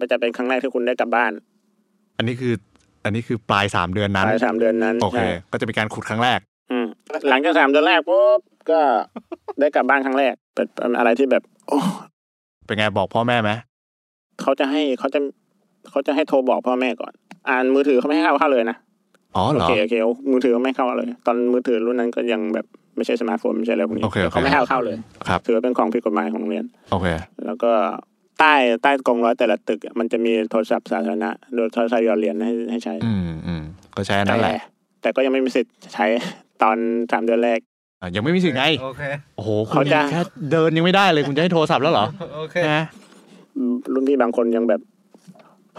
มันจะเป็นครั้งแรกที่คุณได้กลับบ้าน อันนี้คืออันนี้คือปลายสามเดือนนั้น ภายในสามเดือนนั้น โอเค ใช่ ก็จะมีการขุดครั้งแรก อืมหลังจากสามเดือนแรกปุ๊บก็ได้กลับบ้านครั้งแรกเป็นเป็นอะไรที่แบบ โอ้ เป็นไงบอกพ่อแม่ไหม เขาจะให้เขาจะเขาจะให้โทรบอกพ่อแม่ก่อน อ่านมือถือเขาไม่ให้เข้าเข้าเลยนะ อ๋อเหร โอ อ เคโอเคเอามือถือไม่ให้เข้าเลย ตอนมือถือรุ่นนั้นก็ยังแบบไม่ใช่สมาร์ทโฟนไม่ใช่อะไรพวกนี้ โอเคโอเค เขาไม่ให้เอาเข้าเลย ครับ ถือว่าเป็นของผิดกฎหมายของโรงเรียน โอเค แล้วก็ใต้ใต้กองร้อยแต่ละตึกอะมันจะมีโทรศัพท์สาธารณะโดยโทรศัพท์ยอดเหรียญให้ให้ใช้ อืมอืมก็ใช้อัน แต่ นั่นแหละ แต่ก็ยังไม่มีสิทธิ์ใช้ ตอนสามเดือนแรก อ่ะยังไม่มีสิทธิ์ไง โอเค โอ้โห คุ เขา ณ จะ แค่เดินยังไม่ได้เลยคุณจะให้โทรศัพท์แล้วเหรอ โอเค นะ รุ่นพี่บางคนยังแบบ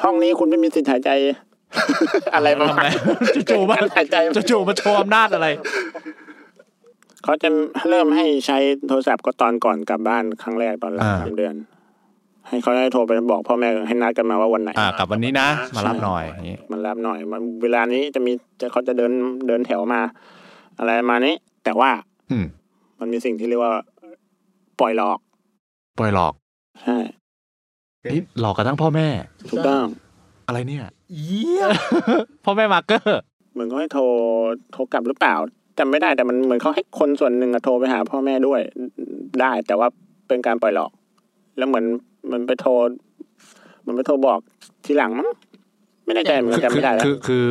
ห้องนี้คุณไม่มีสิทธิ์หายใจ อะไรประมาณ ทำไมจู่ๆมา หายใจ จะจู่มาโชว์อำนาจอะไร เขาจะเริ่มให้ใช้โทรศัพท์ก็ตอนก่อนกลับบ้านครั้งแรกตอนหลัง อ่า สามเดือน ให้เขาให้โทรไปบอกพ่อแม่ให้นัดกันมาว่าวันไหน อ่ากลับวันนี้นะ มารับหน่อยอย่างงี้ มันรับหน่อยมันเวลานี้จะมีจะเขาจะเดินเดินแถวมา อะไรประมาณนี้ แต่ว่า อืม มันมีสิ่งที่เรียกว่าปล่อยหลอก ปล่อยหลอก ใช่ นี่หลอกกันทั้งพ่อแม่ ถูกต้อง อะไรเนี่ย เยี่ยม พ่อแม่มาร์เกอร์ เหมือนเขาให้โทรโทรกลับหรือเปล่าจำไม่ได้แต่มันเหมือนเขาให้คนส่วนหนึ่งอะโทรไปหาพ่อแม่ด้วยได้ แต่ว่าเป็นการปล่อยหลอก แล้วเหมือนมันไปโทร มันไปโทรบอกทีหลังมั้งไม่แน่ใจเหมือนกันจำ คื ไม่ได้แล้ว คือคือ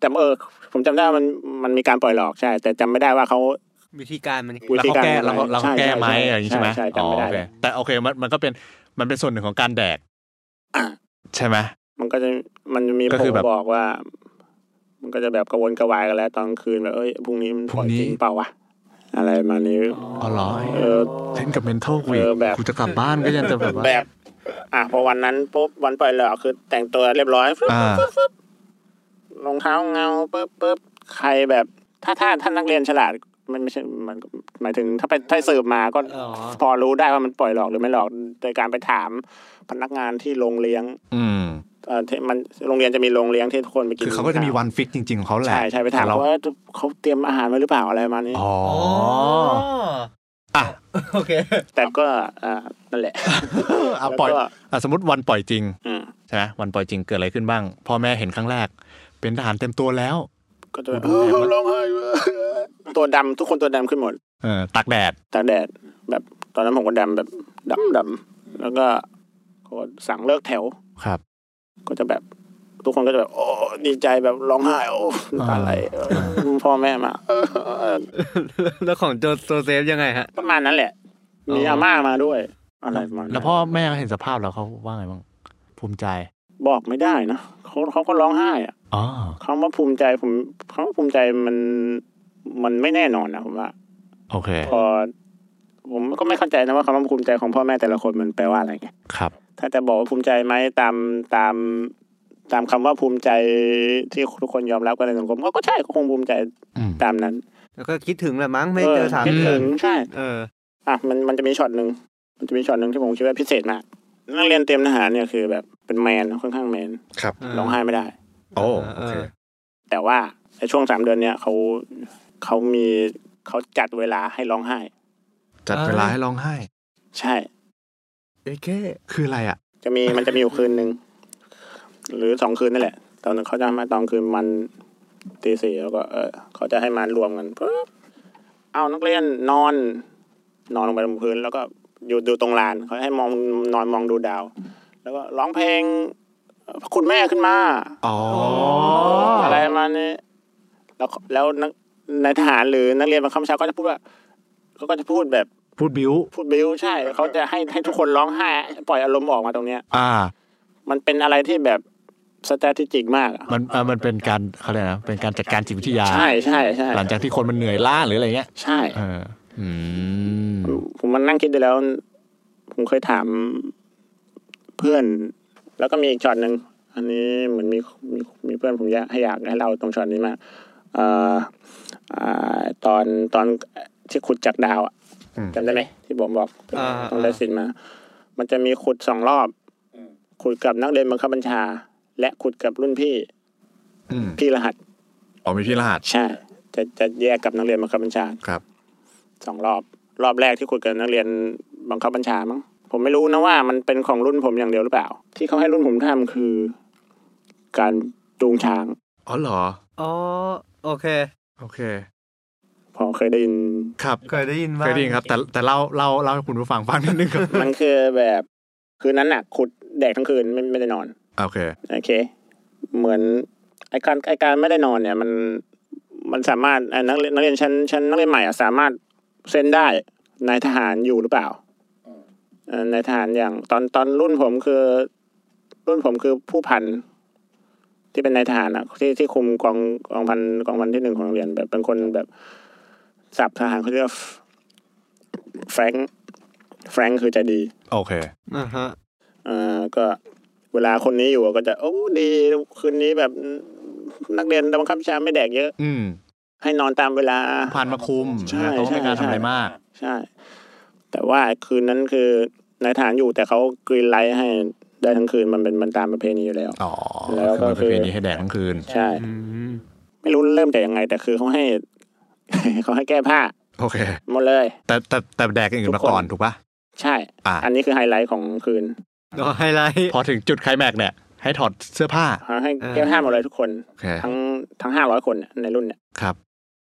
แต่เออ ผมจำได้ว่ามันมันมีการปล่อยหลอกใช่ แต่จำไม่ได้ว่าเขา วิธีการมัน วิ แล้ว ธี เขา การ แก้แล้วเขาแล้วเขา ใช่ แก้ไหม ใช่ อย่างนี้ใช่ไหม ใช่ใช่จำไม่ได้ อ๋อโอเคแต่โอเคมันมันก็เป็นมันเป็นส่วนหนึ่งของการแดก ใช่ไหม มันก็จะมันจะมี ก็ โผ คือ ล่ แบบ บอกว่า มันก็จะแบบกระวนกระวายกันแล้วตอนคืนแบบเอ้ยพรุ่งนี้มันปล่อย พรุ่งนี้ จริงเปล่าวะอะไรประมาณนี้ อ๋อเหรอ เออ เล่นกับเมนทัลวี เออแบบ กูจะกลับบ้านก็ยังจะแบบว่า แบบ อ่ะพอวันนั้นปุ๊บวันปล่อยเลยคือ แต่งตัวเรียบร้อยฟึ๊บ อ่า ฟึ๊บฟึ๊บรองเท้าเงาปุ๊บปุ๊บใครแบบ ถ้าถ้าท่านนักเรียนฉลาดมันไม่ใช่มันหมายถึงถ้าไปถ้าสืบมาก็ อ๋อ พอรู้ได้ว่ามันปล่อยหลอกหรือไม่หลอกโดยการไปถามพนักงานที่โรงเลี้ยง อืม เอ่อที่มันโรงเรียนจะมีโรงเลี้ยงที่ทุกคนไปกิน คือเขาก็จะมีวันฟิกจริง ๆ ของเขาแหละ ใช่ใช่ไปถาม แต่เรา ว่าเขาเตรียมอาหารไว้หรือเปล่าอะไรประมาณนี้ อ๋อ อ๋อ อ่ะ โอเค แต่ก็อ่านั่นแหละ เอาปล่อย แล้วก็ อ่ะสมมติวันปล่อยจริง อืม ใช่ไหมวันปล่อยจริงเกิดอะไรขึ้นบ้าง พ่อแม่เห็นครั้งแรก เป็นทหารเต็มตัวแล้ว ก็จะ โอ้ เอ โห อร้องไห้เว้ยตัวดำทุกคนตัวดำขึ้นหมด เออตากแดด ตากแดดแบบตอนนั้นผมก็ดำแบบดำดำแล้วก็ก็สั่งเลิกแถว ครับ ก็จะแบบ ทุกคนก็จะแบบ โอ้ดีใจแบบร้องไห้โอ้น้ำตาไหลเออพ่อแม่มาเออ แล้วของโจโซเซฟยังไงฮะ ประมาณนั้นแหละอ๋มีออ อาม่ามาด้วย อะไรประมาณนั้น แล้วพ่อแม่เขาเห็นสภาพแล้วเขาว่าไงบ้างภูมิใจ บอกไม่ได้นะเขาเขาก็ร้องไห้อะ อ๋อ คำว่าภูมิใจผมคำว่าภูมิใจมันมันไม่แน่นอนนะผมว่า โอเค พอ ผมก็ไม่เข้าใจนะว่าคำว่าภูมิใจของพ่อแม่แต่ละคนมันแปลว่าอะไรไง ครับ ถ้าจะบอกว่าภูมิใจไหมตามตาม ตามคำว่าภูมิใจที่ทุกคนยอมรับกันในสังคมก็ก็ใช่ก็คงภูมิใจ อืม ตามนั้น แล้วก็คิดถึงแหละมั้งไม่เจอสาม คิด เดือ ถึ น งใช่ เออ อ่ะมันมันจะมีช็อตหนึ่งมันจะมีช็อตหนึ่งที่ผมคิดว่าพิเศษมากนักเรียนเตรียมทหารเนี่ยคือแบบเป็นแมนค่อนข้างแมน ครับ ร้องไห้ไม่ได้ โอ้ เออ โอเค แต่ว่าในช่วงสามเดือนเนี่ยเขาเขามีเขาจัดเวลาให้ร้องไห้ จัดเวลาให้ร้องไห้ ใช่ เอ้ยแค่ คืออะไรอ่ะ จะมีมันจะมีอยู่คืนหนึ่งหรือสองคืนนั่นแหละ ตอนนั้นเขาจะมาตอนคืนมันตีสี่แล้วก็เออเขาจะให้มารวมกันปุ๊บเอานักเรียนนอน นอนลงไปบนพื้น แล้วก็อยู่ดูตรงลานเขาให้มองนอนมองดูดาว แล้วก็ร้องเพลงเอ่อพระคุณแม่ขึ้นมา อ๋อ อะไรประมาณนี้แล้วแล้วนักนายทหารหรือนักเรียนบางคำเช้าก็จะพูดว่าเขาก็จะพูดแบบ พูดบิ้ว พูดบิ้วใช่เขาจะให้ให้ทุกคนร้องไห้ปล่อยอารมณ์ออกมาตรงเนี้ย อ่า มันเป็นอะไรที่แบบ s t r a t e g i c มากอะ มันอ่ามันเป็นการเขาเรียกนะ เป็นการจัดการจิตวิทยา ใช่ใช่ใช่ หลังจากที่คนมันเหนื่อยล้าหรืออะไรเงี้ย ใช่ เออ อืม ผมมันนั่งคิดดูแล้ว ผมเคยถามเพื่อน แล้วก็มีอีกช็อตหนึ่งอันนี้เหมือนมีมีมีเพื่อนผมอยากให้อยากให้เราตรงช็อตนี้มากเอ่ออ่าตอนตอนที่ขุดจากดาวอะ อืม จำได้ไหมที่ผมบอก อ่า ต้องได้สินมา มันจะมีขุดสองรอบขุดกับนักเรียนบังคับบัญชา และขุดกับรุ่นพี่ อืม พี่รหัส อ๋อมีพี่รหัส ใช่จะจะแยกกับนักเรียนบังคับบัญชา ครับ สองรอบ รอบแรกที่คุยกับนักเรียนบังคับบัญชามั้งผมไม่รู้นะว่ามันเป็นของรุ่นผมอย่างเดียวหรือเปล่า ที่เขาให้รุ่นผมทำคือ การจูงช้าง อ๋อเหรอ อ๋อโอเค โอเค พอเคยได้ยิน ครับ เคยได้ยินว่า เคยได้ยินครับ แต่แต่เล่าเล่าเล่าให้คุณผู้ฟังฟังนิดนึงครับ มันคือแบบคืนนั้นน่ะขุดแดกทั้งคืนไม่ไม่ได้นอน โอเค โอเค เหมือนไอการไอการไม่ได้นอนเนี่ย มันมันสามารถไอ้นักเรียนนักเรียนชั้นชั้นนักเรียนใหม่อะสามารถเซ็นได้นายทหารอยู่หรือเปล่าเอ่อนายทหารอย่างตอนตอนรุ่นผมคือ รุ่นผมคือผู้พัน ที่เป็นนายทหารอะที่ที่คุมกองกองพันกองพันที่หนึ่งของโรงเรียนแบบเป็นคนแบบสับทหารเขาเรียกว่าแฟรงค์แฟรงค์คือใจดี โอเค อ่าฮะ เอ่อก็เวลาคนนี้อยู่ก็จะ โอ้ดีคืนนี้แบบนักเรียนบังคับวิชาไม่แดกเยอะ อืม ให้นอนตามเวลา ผ่านมาคุม ใช่ นะเขาก็ไม่กล้าร ใช่ ทำอะไรมาก ใช่ แต่ว่าคืนนั้นคือนายทหารอยู่แต่เขากรีนไลท์ให้ได้ทั้งคืนมันเป็นมันตามประเพณีอยู่แล้ว อ๋อ แล้วก็ คือมันเป็น คือ เพลงนี้ให้แดกทั้งคืน ใช่ อืม ไม่รู้เริ่มจากยังไง แต่คือเขาให้ เขาให้แก้ผ้า โอเค หมดเลย แต่แต่แต่แดกอย่างอื่นมาก่อนถูกป่ะ ใช่ อ่า อันนี้คือไฮไลท์ของคืน ดอไฮไลท์ พอถึงจุดไคลแม็กซ์เนี่ย ให้ถอดเสื้อผ้า เขาให้แก้ผ้าหมดเลยทุกคน โอเค ทั้งทั้งห้าร้อยคนเนี่ยในรุ่นเนี่ย ครับ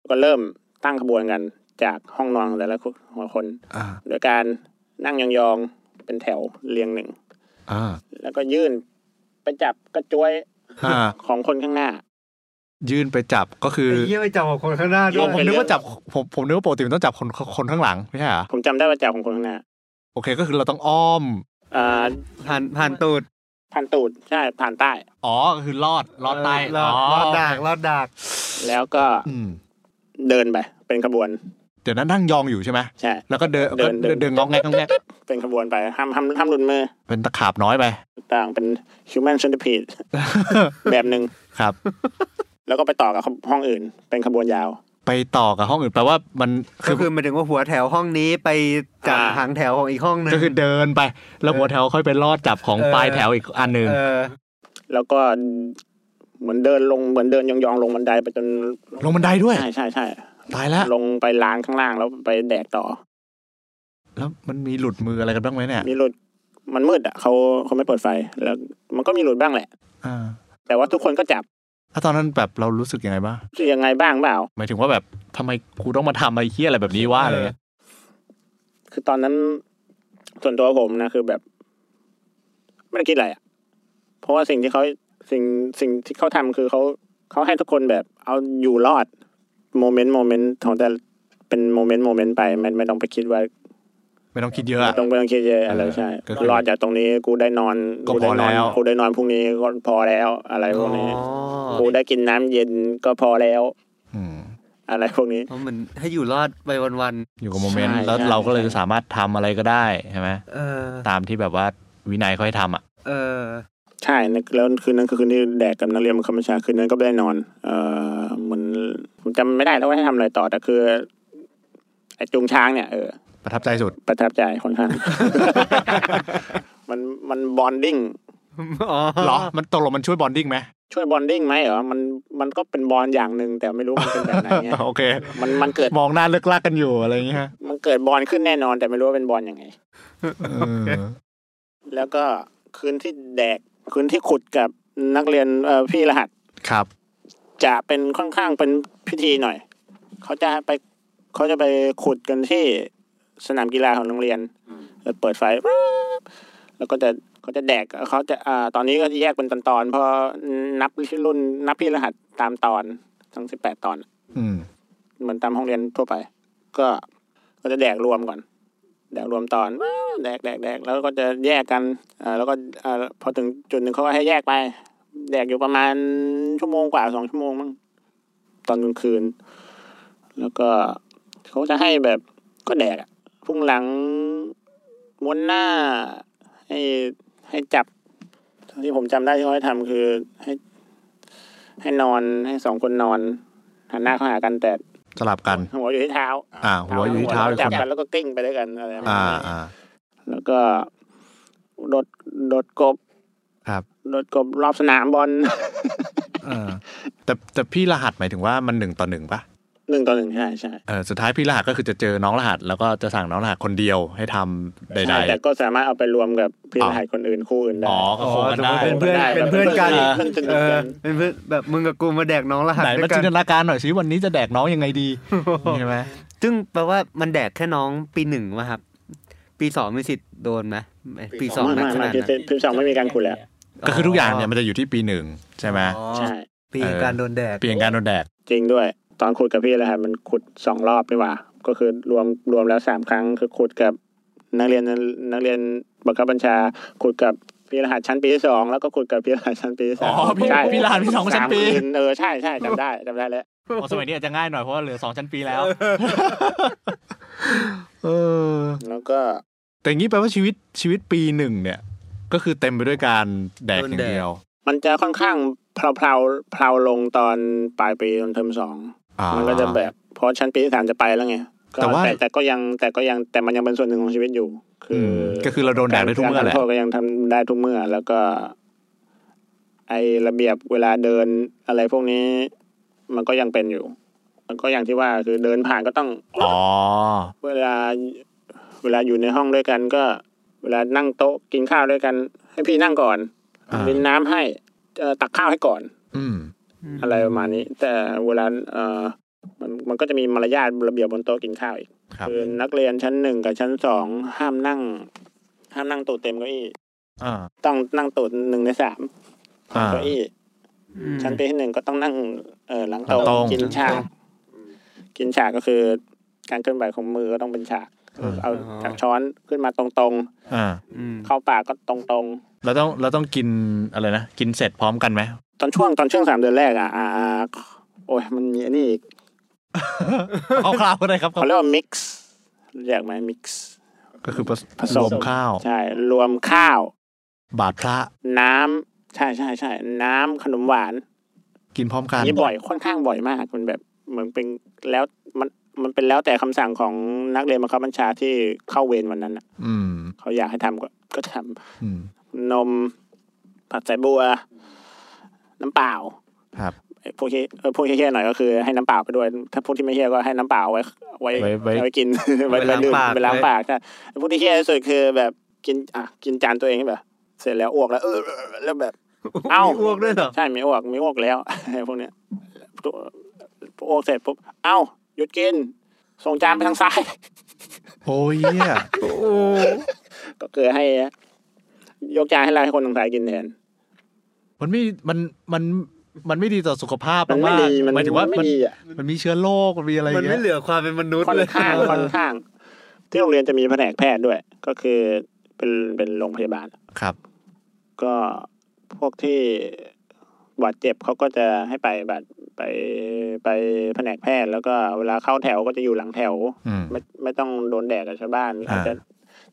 ก็เริ่มตั้งขบวนกันจากห้องนอนของแต่ละคน อ่า โดยการนั่งยองๆ เป็นแถวเรียงหนึ่ง อ่า แล้วก็ยื่นไปจับกระจวย อ่า ของคนข้างหน้า ยื่นไปจับก็คือ ไอ้เยี่ยไปจับของคนข้างหน้า อ๋ ด้ อ วย ผมนึกว่าจับ ผมผมนึกว่าปกติมันต้องจับคนคนข้างหลังไม่ใช่เหรอ ผมจำได้ว่าจับของคนข้างหน้า โอเคก็คือเราต้องอ้อม อ่า ผ่านผ่านตูด ผ่านตูดใช่ผ่านใต้ อ๋อก็คือลอดลอดใต้ รอดรอดดักรอดดัก แล้วก็ อืม เดินไป เป็นขบวน เดี๋ยวนั้นนั่งยองอยู่ใช่ไหม ใช่ แล้วก็เดิน เดิ ก็ น เดินเดินงอกแงกงอกแงก เป็นขบวนไปห้ามห้ามห้ามรุนมือ เป็นตะขาบน้อยไป ต่างเป็น human centipede แบบหนึ่ง ครับ แล้วก็ไปต่อกับห้องอื่น เป็นขบวนยาว ไปต่อกับห้องอื่นแปลว่ามันคื ก็ อ คือหมายถึงว่าหัวแถวห้องนี้ไปจับ อ่า หางแถวของอีกห้องหนึง ก็คือเดินไป แล้วหัวแถวค่อยไปลอดจับของ เออ ปลายแถวอีกอันหนึ่ง เออ แล้วก็เหมือนเดินลงเหมือนเดินยองๆลงบันไดไปจน ลงบันไดด้วย ใช่ใช่ใช่ ตายแล้ว ลงไปลานข้างล่างแล้วไปแดกต่อ แล้วมันมีหลุดมืออะไรกันบ้างไหมเนี่ย มีหลุดมันมืดอ่ะเขาเขาไม่เปิดไฟแล้ว มันก็มีหลุดบ้างแหละ อ่า แต่ว่าทุกคนก็จับ แล้วตอนนั้นแบบเรารู้สึกยังไงบ้าง จะยังไงบ้างเปล่า หมายถึงว่าแบบทำไมกูต้องมาทำอะไรเฮี้ยอะไรแบบนี้วะอะไรเงี้ย คือตอนนั้นส่วนตัวผมนะคือแบบ ไม่ได้คิดอะไรอ่ะ เพราะว่าสิ่งที่เขาสิ่งสิ่งที่เขาทำคือเขาเขาให้ทุกคนแบบ เอาอยู่รอดโมเมนต์โมเมนต์ของแต่ละเป็นโมเมนต์โมเมนต์ไปไม่ไม่ต้องไปคิดว่า ไม่ต้องคิดเยอะ ไม่ อะ ต้องไปต้องคิดเยอะอะไรใช่ ก็คือ รอดจากตรงนี้กูได้นอน ก็ กูได้นพอนอแล้ว กูได้นอนพรุ่งนี้ก็พอแล้ว อะไรพวกนี้กูได้กินน้ำเย็นก็พอแล้ว อืม อะไรพวกนี้ เพราะเหมือนให้อยู่รอดไปวัน อยู่กับโมเมนต์ ใช่ แล้ว ใช่ เราก็เลย ใช่ สามารถทำอะไรก็ได้ใช่ไหม ๆเออ ตามที่แบบว่าวินัยเขาให้ทำอ่ะ เออ ใช่นะแล้วคืนนั้นก็คือที่แดกกับนักเรียนบังคับบัญชาคืนนั้นก็ไม่ได้นอน เออเหมือนผมจำไม่ได้แล้วว่าให้ทำอะไรต่อแต่คือไอ้จงช้างเนี่ยเออ ประทับใจสุด ประทับใจค่อนข้าง มันมันบอนดิ้ง อ๋อ เหรอ มันตกลงมันช่วยบอนดิ้งไหม ช่วยบอนดิ้งไหมเหรอมันมันก็เป็นบอนอย่างหนึ่งแต่ไม่รู้มันเป็นแบบไหน เนี่ย โอเค มันมันเกิด มองหน้าเลิกลากกันอยู่อะไรอย่างเงี้ยฮะ มันเกิดบอนขึ้นแน่นอน แต่ไม่รู้ว่าเป็นบอนยังไง เออ แล้วก็คืนที่แดกคืนที่ขุดกับนักเรียนเอ่อพี่รหัส ครับ จะเป็นค่อนข้างเป็นพิธีหน่อย เขาจะไปเขาจะไปขุดกันที่สนามกีฬาของโรงเรียนแล้วเปิดไฟแล้วก็จะเขาจะแดกเขาจะอ่าตอนนี้ก็จะแยกเป็นตอนตอนๆเพราะนับที่รุ่นนับพี่รหัสตามตอนทั้งสิบแปดตอน อืม เหมือนตามห้องเรียนทั่วไป ก็ก็จะแดกรวมก่อน แดกรวมตอนแดกแดกแดกแล้วก็จะแยกกันอ่าแล้วก็อ่าพอถึงจุดหนึ่งเขาก็ให้แยกไป แดกอยู่ประมาณชั่วโมงกว่าสองชั่วโมงมั้งตอนกลางคืน แล้วก็เขาจะให้แบบก็แดกอะพุ่งหลังม้วนหน้า ให้ให้จับที่ผมจำได้ที่เขาให้ทำคือให้ ให้นอนให้สองคนนอนหันหน้าเข้าหากันแต่ สลับกัน หัวอยู่ที่เท้า อ่า หัวอยู่ที่เท้าอีก จับ คน กันแล้วก็กิ้งไปด้วยกันอะไรประมาณ อ่า นี้ อ่า แล้วก็โดดโดดกบ ครับ โดดกบรอบสนามบอล เออแต่แต่พี่รหัสหมายถึงว่ามันหนึ่งต่อหนึ่งปะ หนึ่งต่อหนึ่งใช่ใช่ เออสุดท้ายพี่รหัสก็คือจะเจอน้องรหัส แล้วก็จะสั่งน้องรหัสคนเดียวให้ทำใด ใช่แต่ก็สามารถเอาไปรวมกับพี่รหัสคนอื่นคู่อื่น ๆ ได้ อ๋อ ก็คงกันได้ อ๋อ เป็นเพื่อนเป็นเพื่อนกัน เพื่อนสนิท เออ กัน เป็นเพื่อนแบบมึงกับกูมาแดกน้องรหัส ไหน ด้ มา วยกั จินต น นาการหน่อยสิวันนี้จะแดกน้องยังไงดีใช่ไหม ซึ่งแปลว่ามันแดกแค่น้องปีหนึ่งวะครับ ปีสองมีสิทธิ์โดนไหมปีสอง ไม่ นักขไม่ไม่ นาด พี่ นั้น พี่สองไม่มีการคุยแล้ว ก็คือทุกอย่างเนี่ยมันจะอยู่ที่ปีหนึ่งใช่ไหม ใช่ ปีแห่งการโดนแดก เปลี่ยนการโดนแดด จริงด้วย ตอนขุดกับพี่รหัสมันขุดสองรอบนี่หว่า ก็คือรวมรวมแล้วสามครั้งคือขุดกับ นักเรียนนักเรียนบังคับบัญชาขุดกับพี่รหัสชั้นปีที่สองแล้วก็ขุดกับพี่รหัสชั้นปีที่สามใช่สามคืนเออใช่ใช่จำได้จำได้แล้ว พอสมัยนี้อาจจะง่ายหน่อยเพราะว่าเหลือสองชั้นปีแล้ว เออ แล้วก็ แต่อย่างนี้แปลว่าชีวิตชีวิตปีหนึ่งเนี่ย ก็คือเต็มไปด้วยการแดกอย่างเดียว มันจะค่อนข้างเพลาเพลาเพลาลงตอนปลายปีตอนเทอมสอง อ่า มันก็จะแบบเพราะชั้นปีที่สามจะไปแล้วไงก็ แต่ว่า แต่แต่ก็ยังแต่ก็ยังแต่มันยังเป็นส่วนหนึ่งของชีวิตอยู่ คื อืมออ ก็คือเราโดนแดดได้ทุกเมื่อแหละ ารทำโทษก็ยังทำได้ทุกเมื่อ แล้วก็ ไอระเบียบเวลาเดินอะไรพวกนี้ มันก็ยังเป็นอยู่ มันก็อย่างที่ว่าคือเดินผ่านก็ต้อง อ๋อ เวลาเวลาอยู่ในห้องด้วยกันก็ เวลานั่งโต๊ะกินข้าวด้วยกัน ให้พี่นั่งก่อน อ่า รินน้ำให้เอ่อตักข้าวให้ก่อน อืม อะไรประมาณนี้ แต่เวลาเออมันมันก็จะมีมารยาทระเบียบบนโต๊ะกินข้าวอีก ครับ คือนักเรียนชั้นหนึ่งกับชั้นสองห้ามนั่ง ห้ามนั่งตูดเต็มเก้าอี้ อ่า ต้องนั่งตูดหนึ่งในสาม อ่า เก้าอี้ชั้นปีที่หนึ่งก็ต้องนั่งเออหลัง หลัง โต๊ะ โต๊ะ กินฉากกินฉากก็คือ การเคลื่อนไหวของมือก็ต้องเป็นฉาก อืม เอา อ๋อ จากช้อนขึ้นมาตรง อ่า อืม ๆ เข้าปากก็ตรง เราต้องเราต้องกินอะไรนะ กินเสร็จพร้อมกันไหม ๆ ตอนช่วงตอนช่วงสามเดือนแรกอ่ะอ่าอ่าโอ้ยมันมีอันนี้อีก เอาคร่าวๆก็ได้ครับ เขาเรียกว่ามิกซ์รู้จักไหมมิกซ์ ก็คือผส ผสม รวมข้าว ใช่รวมข้าว บาดพระ น้ำใช่ใช่ใช่น้ำขนมหวาน กินพร้อมกัน นี่บ่อยค่อนข้างบ่อยมากมันแบบเหมือนเป็นแล้วมันมันเป็นแล้วแต่คำสั่งของนักเรียนบังคับบัญชาที่เข้าเวรวันนั้นน่ะ อืม เขาอยากให้ทำก็ก็ทำ อืม นม ผัดสายบัว น้ำเปล่า ครับ ไอ้พวกที่เออพวกที่เฮี้ยๆหน่อยก็คือให้น้ำเปล่าไปด้วย ถ้าพวกที่ไม่เฮี้ยก็ให้น้ำเปล่าไว้ ไว้ ไว้ไว้ ไว้กิน ไว้ไว้ดื่มไปล้างปากใช่ไอ้พวกที่เฮี้ยที่สุดคือแบบกินอ่ะกินจานตัวเองแบบเสร็จแล้วอ้วกแล้วเออแล้วแบบ เอ้า มีอ้วกด้วยเหรอ ใช่มีอ้วกมีอ้วกแล้ว ไอ้พวกเนี้ยตัวอ้วกเสร็จปุ๊บเอ้าหยุดกิน ส่งจานไปทางซ้าย โอ้ยเหี้ย ก็คือให้ ยกจานให้เราให้คนทางซ้ายกินแทน มันไม่มันมันมันไม่ดีต่อสุขภาพ มันไม่ าก ดี ๆ มัน หมายถึงว่า ไม่ มัน ดีอ่ะ มันมีเชื้อโรคมันมีอะไรอ มัน ย่าง ไม่ เงี้ย เหลือความเป็นมนุษย์ ค่อ เล น ย ข้างค่อนข้าง ที่โรงเรียนจะมีแผนกแพทย์ด้วย ก็คือเป็นเป็นโรงพยาบาล ครับ ก็พวกที่บาดเจ็บเขาก็จะให้ไปบาดไปไปแผนกแพทย์ แล้วก็เวลาเข้าแถวก็จะอยู่หลังแถว อืม ไม่ไม่ต้องโดนแดดกับชาวบ้าน อ่า อาจจะ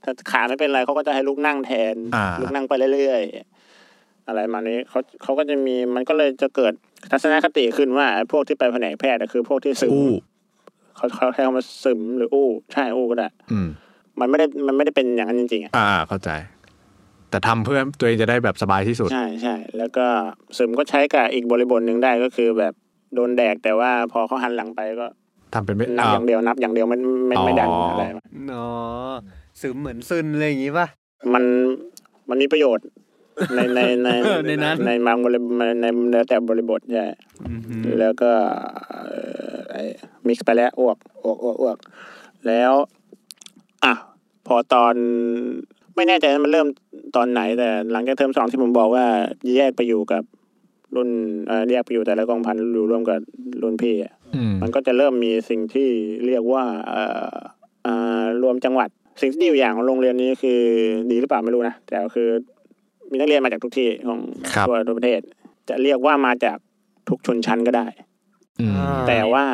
ถ้าขาไม่เป็นไรเขาก็จะให้ลูกนั่งแทน อ่า ลูกนั่งไปเรื่อยๆ อะไรมานี้เขาเขาก็จะมีมันก็เลยจะเกิดทัศนคติขึ้นว่าไอ้พวกที่ไปแผนกแพทย์อะคือพวกที่ซึม อู้ เขาเขาใช้คำว่าซึมหรืออู้ใช่อู้ก็ได้ อืม มันไม่ได้มันไม่ได้เป็นอย่างนั้นจริงๆอะ อ่าเข้าใจ แต่ทำเพื่อตัวเองจะได้แบบสบายที่สุด ใช่ใช่แล้วก็ซึมก็ใช้กับอีกบริบทหนึ่งได้ก็คือแบบโดนแดกแต่ว่าพอเขาหันหลังไปก็ ทำเป็นไม่ นับ อ้า อ ว ย่างเดียวนับอย่างเดียวไม่ไม่ไม่ดัน อ๋ออ อะไร เนาะซึมเหมือนซึนอะไรอย่างงี้ป่ะ มันมันมีประโยชน์ ในในใน เออในนั้น ในบางบริบทในในแล้วแต่บริบทใช่แล้วก็มิกซ์ไปแล้วอ้วกอ้วกอ้วกอ้วกแล้วอ่ะพอตอนไม่แน่ใจว่ามันเริ่มตอนไหนแต่หลังจากเทอมสองที่ผมบอกว่าแยกไปอยู่กับ รุ่นเอ่อแยกไปอยู่แต่ละกองพันอยู่ร่วมกับรุ่นพี่อะ อืม มันก็จะเริ่มมีสิ่งที่เรียกว่าเอ่อเอ่อรวมจังหวัด สิ่งที่ดีอยู่อย่างของโรงเรียนนี้คือดีหรือเปล่าไม่รู้นะ แต่คือ มีนักเรียนมาจากทุกที่ของ ครับ ทั่วทั่วประเทศ จะเรียกว่ามาจากทุกชนชั้นก็ได้ อืม แต่ว่า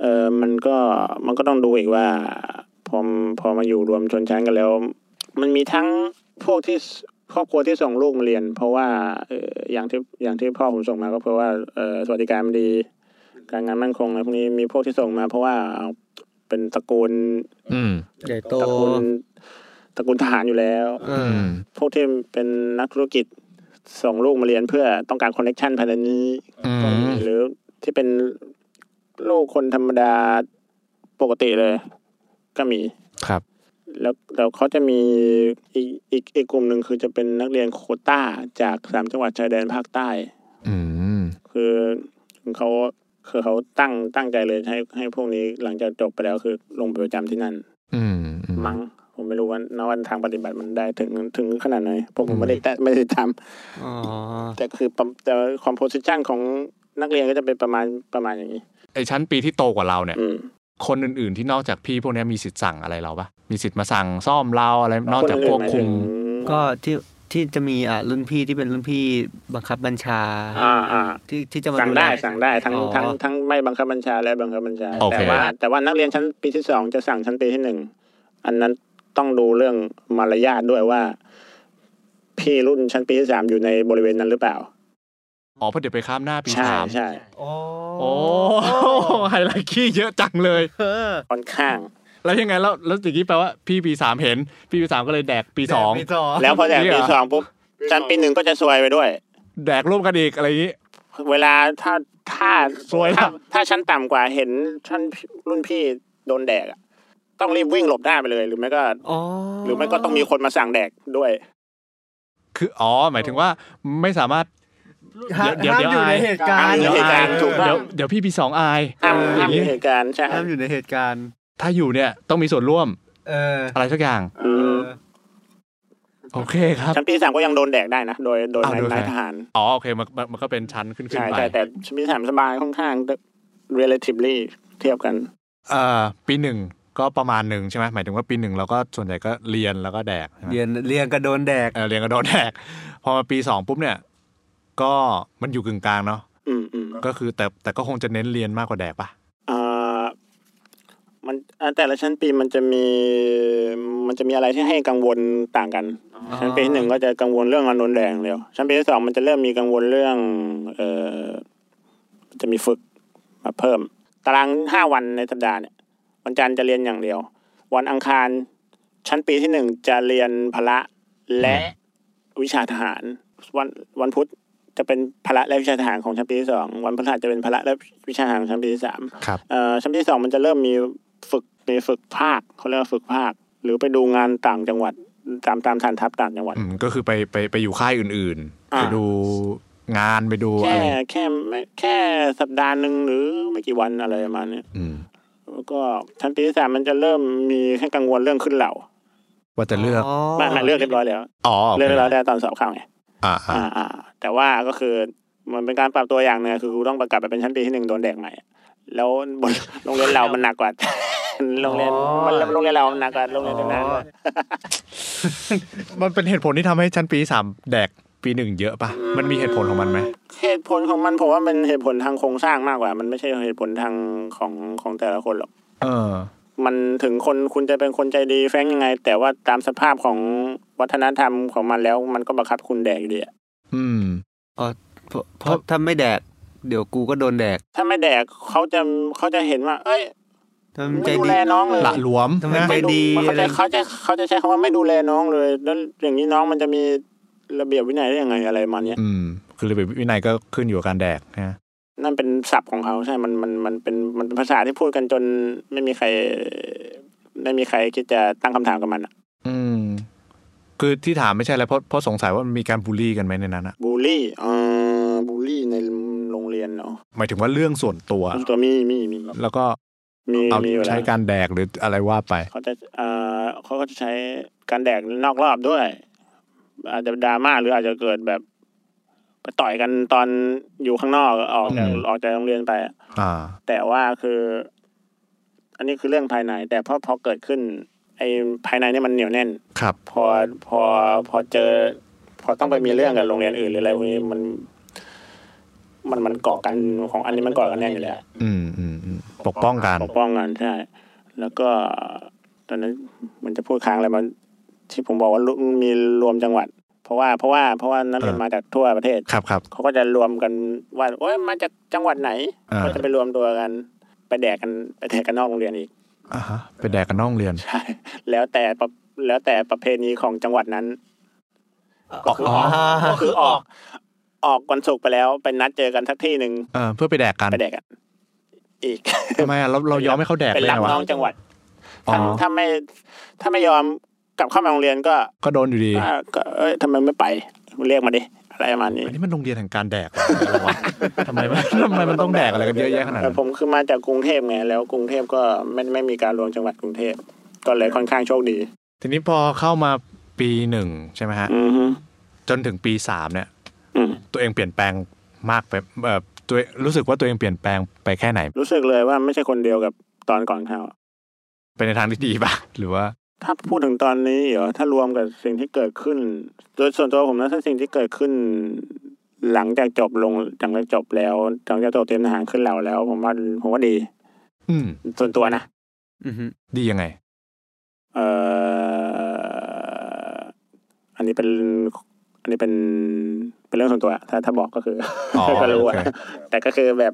เออมันก็มันก็ต้องดูอีกว่า พอมพอมาอยู่รวมชนชั้นกันแล้ว มันมีทั้งพวกที่สครอบครัวที่ส่งลูกมาเรียน เพราะว่าเอออย่างที่อย่างที่พ่อผมส่งมาก็เพราะว่าเออสวัสดิการมันดี การงานมั่นคงอะไรพวกนี้มีพวกที่ส่งมา เพราะว่าเอาเป็นตระกูล อืม ใหญ่โต ตระกูลตระกูลทหารอยู่แล้ว เอ อื อ ม พวกที่เป็นนักธุรกิจส่งลูกมาเรียนเพื่อต้องการคอนเนคชันภายในนี้ อืม หรือที่เป็นลูกคนธรรมดาปกติเลย ก็มี ครับ แล้วแล้วเขาจะมีอีกอีกอีกกลุ่มหนึ่งคือจะเป็นนักเรียนโควต้าจากสามจังหวัดชายแดนภาคใต้ อืม คือเขาคือเขาตั้งตั้งใจเลยให้ให้พวกนี้หลังจากจบไปแล้วคือลงไปประจำที่นั่น อืมอืม มั้งผมไม่รู้ว่านวันทางปฏิบัติมันได้ถึงถึงขนาดไหนผมผมไม่ได้แต่ไม่ได้ท อ๋อ ำแต่คือปั๊มแต่คอมโพสิชันของนักเรียนก็จะเป็นประมาณประมาณอย่างนี้ ไอชั้นปีที่โตกว่าเราเนี่ย อืม คนอื่นๆที่นอกจากพี่พวกเนี้ยมีสิทธิ์สั่งอะไรเราปะมีสิทธิ์มาสั่งซ่อมเราอะไร นอกจากพวกคุม ก็ที่ที่จะมีอ่ะรุ่นพี่ที่เป็นรุ่นพี่บังคับบัญชา อ่าอ่า ที่ที่จะมา สั่ง ดูแล ได้สั่งได้ทั้ง อ๋อ ทั้งทั้งไม่บังคับบัญชาและบังคับบัญชา โอเค แต่ว่า แต่ว่านักเรียนชั้นปีที่สองจะสั่งชั้นปีที่หนึ่งอันนั้นต้องดูเรื่องมารยาทด้วยว่า พี่รุ่นชั้นปีที่สามอยู่ในบริเวณนั้นหรือเปล่า อ๋อเพราะเดี๋ยวไปข้ามหน้าปี ใช่ สาม ใช่ โอ้ โอ้ไฮไลท์ขี้เยอะจังเลย เออ ค่อนข้าง แล้วยังไงแล้วแล้วอย่างนี้แปลว่าพี่ปีสามเห็น พี่ปีสามก็เลยแดกปีสอง ปีสอง แล้วพอแตก เนี่ย ปีสองปุ๊บชั้นปีหนึ่งก็จะซวยไปด้วย แดกร่วมกันอีกอะไรอย่างนี้ เวลาถ้าถ้า ซวยละ ถ้าถ้าชั้นต่ำกว่าเห็นชั้นรุ่นพี่โดนแดกอะต้องรีบวิ่งหลบหน้าไปเลย หรือไม่ก็ อ๋อ หรือไม่ก็ต้องมีคนมาสั่งแดกด้วย คืออ๋อหมายถึงว่าไม่สามารถ ห้าม เดี๋ยว ห้าม เดี๋ยว อยู่ใน อาย เหตุการ ห้าม ณ์ อยู่ในเหตุการณ์ถูกต้ เดี๋ย อ ว ง เดี๋ยวพี่ปีสองอาย ห้ามห้าม อย่างนี้ มีเหตุการณ์ใช่ ห้ามอยู่ในเหตุการณ์ ถ้าอยู่เนี่ยต้องมีส่วนร่วม เออ อะไรสักอย่าง อืม โอเคครับ ชั้นปีที่สามก็ยังโดนแดกได้นะ โดยโดย อ้าวโดยใคร นายทหาร อ๋อโอเคมันมันมันก็เป็นชั้นขึ้นขึ้น ใช่ ไป ใช่แต่ชั้นปีที่สามสบายค่อนข้าง relatively เทียบกัน เอ่อปีหนึ่งก็ประมาณหนึ่งใช่ไหมหมายถึงว่าปีหนึ่งเราก็ส่วนใหญ่ก็เรียนแล้วก็แดกใช่ไหม เรียนเรียนกระโดนแดก เออเรียนก็โดนแดก พอมาปีสองปุ๊บเนี่ย ก็มันอยู่กึ่งกลางเนาะ อืมอืม ก็คือแต่แต่ก็คงจะเน้นเรียนมากกว่าแดกปะ อ่ามันอ่าแต่ละชั้นปีมันจะมีมันจะมีอะไรที่ให้กังวลต่างกัน ชั้นปีที่หนึ่งก็จะกังวลเรื่องการโดนแดกอย่างเดียว ชั้นปีที่สองมันจะเริ่มมีกังวลเรื่อง เอ่อมันจะมีฝึกมาเพิ่ม ตารางห้าวันในสัปดาห์เนี่ยวันจันทร์จะเรียนอย่างเดียว วันอังคาร ชั้นปีที่หนึ่งจะเรียนพละและวิชาทหาร วันวันพุธจะเป็นพละและวิชาทหารของชั้นปีที่สองวันพฤหัสจะเป็นพละและวิชาทหารของชั้นปีที่สาม ครับ เอ่อชั้นปีที่สองมันจะเริ่มมีฝึกในฝึกภาคเขาเรียกว่าฝึกภาค หรือไปดูงานต่างจังหวัด ตามตามฐานทัพต่างจังหวัด อืมก็คือไปไปไปอยู่ค่ายอื่นๆไป อ่า ดูงานไปดูอะ แค่ ไร แค่ไม่แค่สัปดาห์หนึ่งหรือไม่กี่วันอะไรประมาณเนี้ย อืม แล้วก็ชั้นปีที่สามมันจะเริ่มมีให้กังวลเรื่องขึ้นเหล่า ว่าจะเลือก บ้านเลือกเรียบร้อยแล้ว อ๋อโอ เลือก เค เรียบร้อยแล้วตอนสอบเข้าไง อ่าอ่า อ่าอ่าแต่ว่าก็คือมันเป็นการปรับตัวอย่างหนึงคือกูต้องประกลับไปเป็นชั้นปีที่หนึ่งโดนแดกใหม่แล้วบนโรงเรียนเรามันหนักกว่า โรงเรียนมันโรงเรียนเรามันหนักกว่าโรงเรียนที่นั่น มันเป็นเหตุผลที่ทำให้ชั้นปีสามแดกปีหนึ่งเยอะปะมันมีเหตุผลของมันไหม เหตุผลของมันผมว่ามันเหตุผลทางโครงสร้างมากกว่า มันไม่ใช่เหตุผลทางของของแต่ละคนหรอก เออ มันถึงคนคุณจะเป็นคนใจดีแฟรงค์ยังไง แต่ว่าตามสภาพของวัฒนธรรมของมันแล้ว มันก็บังคับคุณแดกอยู่ดีอะ อืม เพราะเพราะถ้าไม่แดก เดี๋ยวกูก็โดนแดก ถ้าไม่แดกเขาจะเขาจะเห็นว่า เอ้ย ทำไมใจ ไม่ดู ดี แลน้องเลย ละหลวม ทำไม นะ ใจดี ไม่ อะไร เขาจะเขาจะเขาจะใช้คำว่าไม่ดูแลน้องเลยแล้วอย่างนี้น้องมันจะมีระเบียบวินัยได้ยังไงอะไรประมันเนี้ย อืม คือระเบียบวินัยก็ขึ้นอยู่กับการแดกนะ นั่นเป็นศัพท์ของเขาใช่ มันมันมันเป็นมันเป็นภาษาที่พูดกันจนไม่มีใคร ไม่มีใครคิดจะตั้งคำถามกับมันอะ อืม คือที่ถามไม่ใช่อะไรเพราะเพราะสงสัยว่ามันมีการบูลลี่กันไหมในนั้นอะ บูลลี่เออบูลลี่ในโรงเรียนเนาะ หมายถึงว่าเรื่องส่วนตัว ตัวมีมีมี แล้วก็ มี เอา มีอยู่แล้ ใช้ ว การแดกหรืออะไรว่าไป เขาจะเออเขาก็จะใช้การแดกนอกรอบด้วย อาจจะดราม่าหรืออาจจะเกิดแบบไปต่อยกันตอนอยู่ข้างนอกออกจาก อืม ออกจากโรงเรียนไปอะ อ่า แต่ว่าคือ อันนี้คือเรื่องภายใน แต่พอพอเกิดขึ้น ไอ้ภายในเนี่ยมันเหนียวแน่น ครับ พอพอพอเจอ พอต้องไปมีเรื่องกับโรงเรียนอื่นหรืออะไรพวกนี้มัน มันมันเกาะกันของอันนี้มันเกาะกันแน่นอยู่แล้ว อืมอืมอืมปกป้องกัน ปกป้องกันใช่แล้วก็ตอนนั้นมันจะพูดค้างอะไรมาที่ผมบอกว่าลุมีรวมจังหวัด เพราะว่าเพราะว่าเพราะว่านักเรียนมาจากทั่วประเทศ ครับครับ เขาก็จะรวมกันว่าโอ้ยมาจากจังหวัดไหน อ่า ก็จะไปรวมตัวกัน ไปแดกกันไปแดกกันนอกโรงเรียนอีก อ่าฮะไปแดกกันนอกโรงเรียน ใช่แล้ว แต่ประแล้วแต่ประเพณีของจังหวัดนั้น ก็คือออกก็คือออก ออกวันศุกร์ไปแล้ว ไปนัดเจอกันสักที่หนึ่ง เออเพื่อไปแดกกัน ไปแดกกัน อีก ทำไมอะเราเรายอมให้เขาแดก เป็น เลย รับ นะวะ น้องจังหวัด อ๋อ ถ้าถ้าไม่ถ้าไม่ยอมกลับเข้ามาโรงเรียนก็ ก็โดนอยู่ดี อ่าก็เอ้ยทำไมไม่ไปเรียกมาดิอะไรประมาณนี้ อันนี้มันโรงเรียนแห่งการแดกเหรออะไรวะทำไมมันทำไมมันต้องแดกอะไรกันเยอะแยะขนาด แต่ นั้น ผมคือมาจากกรุงเทพไงแล้วกรุงเทพก็ไม่ไม่มีการรวมจังหวัดกรุงเทพก็เลยค่อนข้างโชคดี ทีนี้พอเข้ามาปีหนึ่งใช่ไหมฮะ อือฮึ จนถึงปีสามเนี่ย อืม ตัวเองเปลี่ยนแปลงมากไปเอ่อตัวรู้สึกว่าตัวเองเปลี่ยนแปลงไปแค่ไหน รู้สึกเลยว่าไม่ใช่คนเดียวกับตอนก่อนเขา ไปในทางที่ดีป่ะ หรือว่า ถ้าพูดถึงตอนนี้เหรอถ้ารวมกับสิ่งที่เกิดขึ้น โดยส่วนตัวผมนะถ้าสิ่งที่เกิดขึ้น หลังจากจบลงหลังจากจบแล้วหลังจากจบเตรียมทหารขึ้นเราแล้ว ผมว่าผมว่าดี อืม ส่วนตัวนะ อือฮึ ดียังไง เอ่ออันนี้เป็นอันนี้เป็นเป็นเรื่องส่วนตัว ถ้าถ้าบอกก็คือ อ๋อ อ ก็รู้อะ โอเค แต่ก็คือแบบ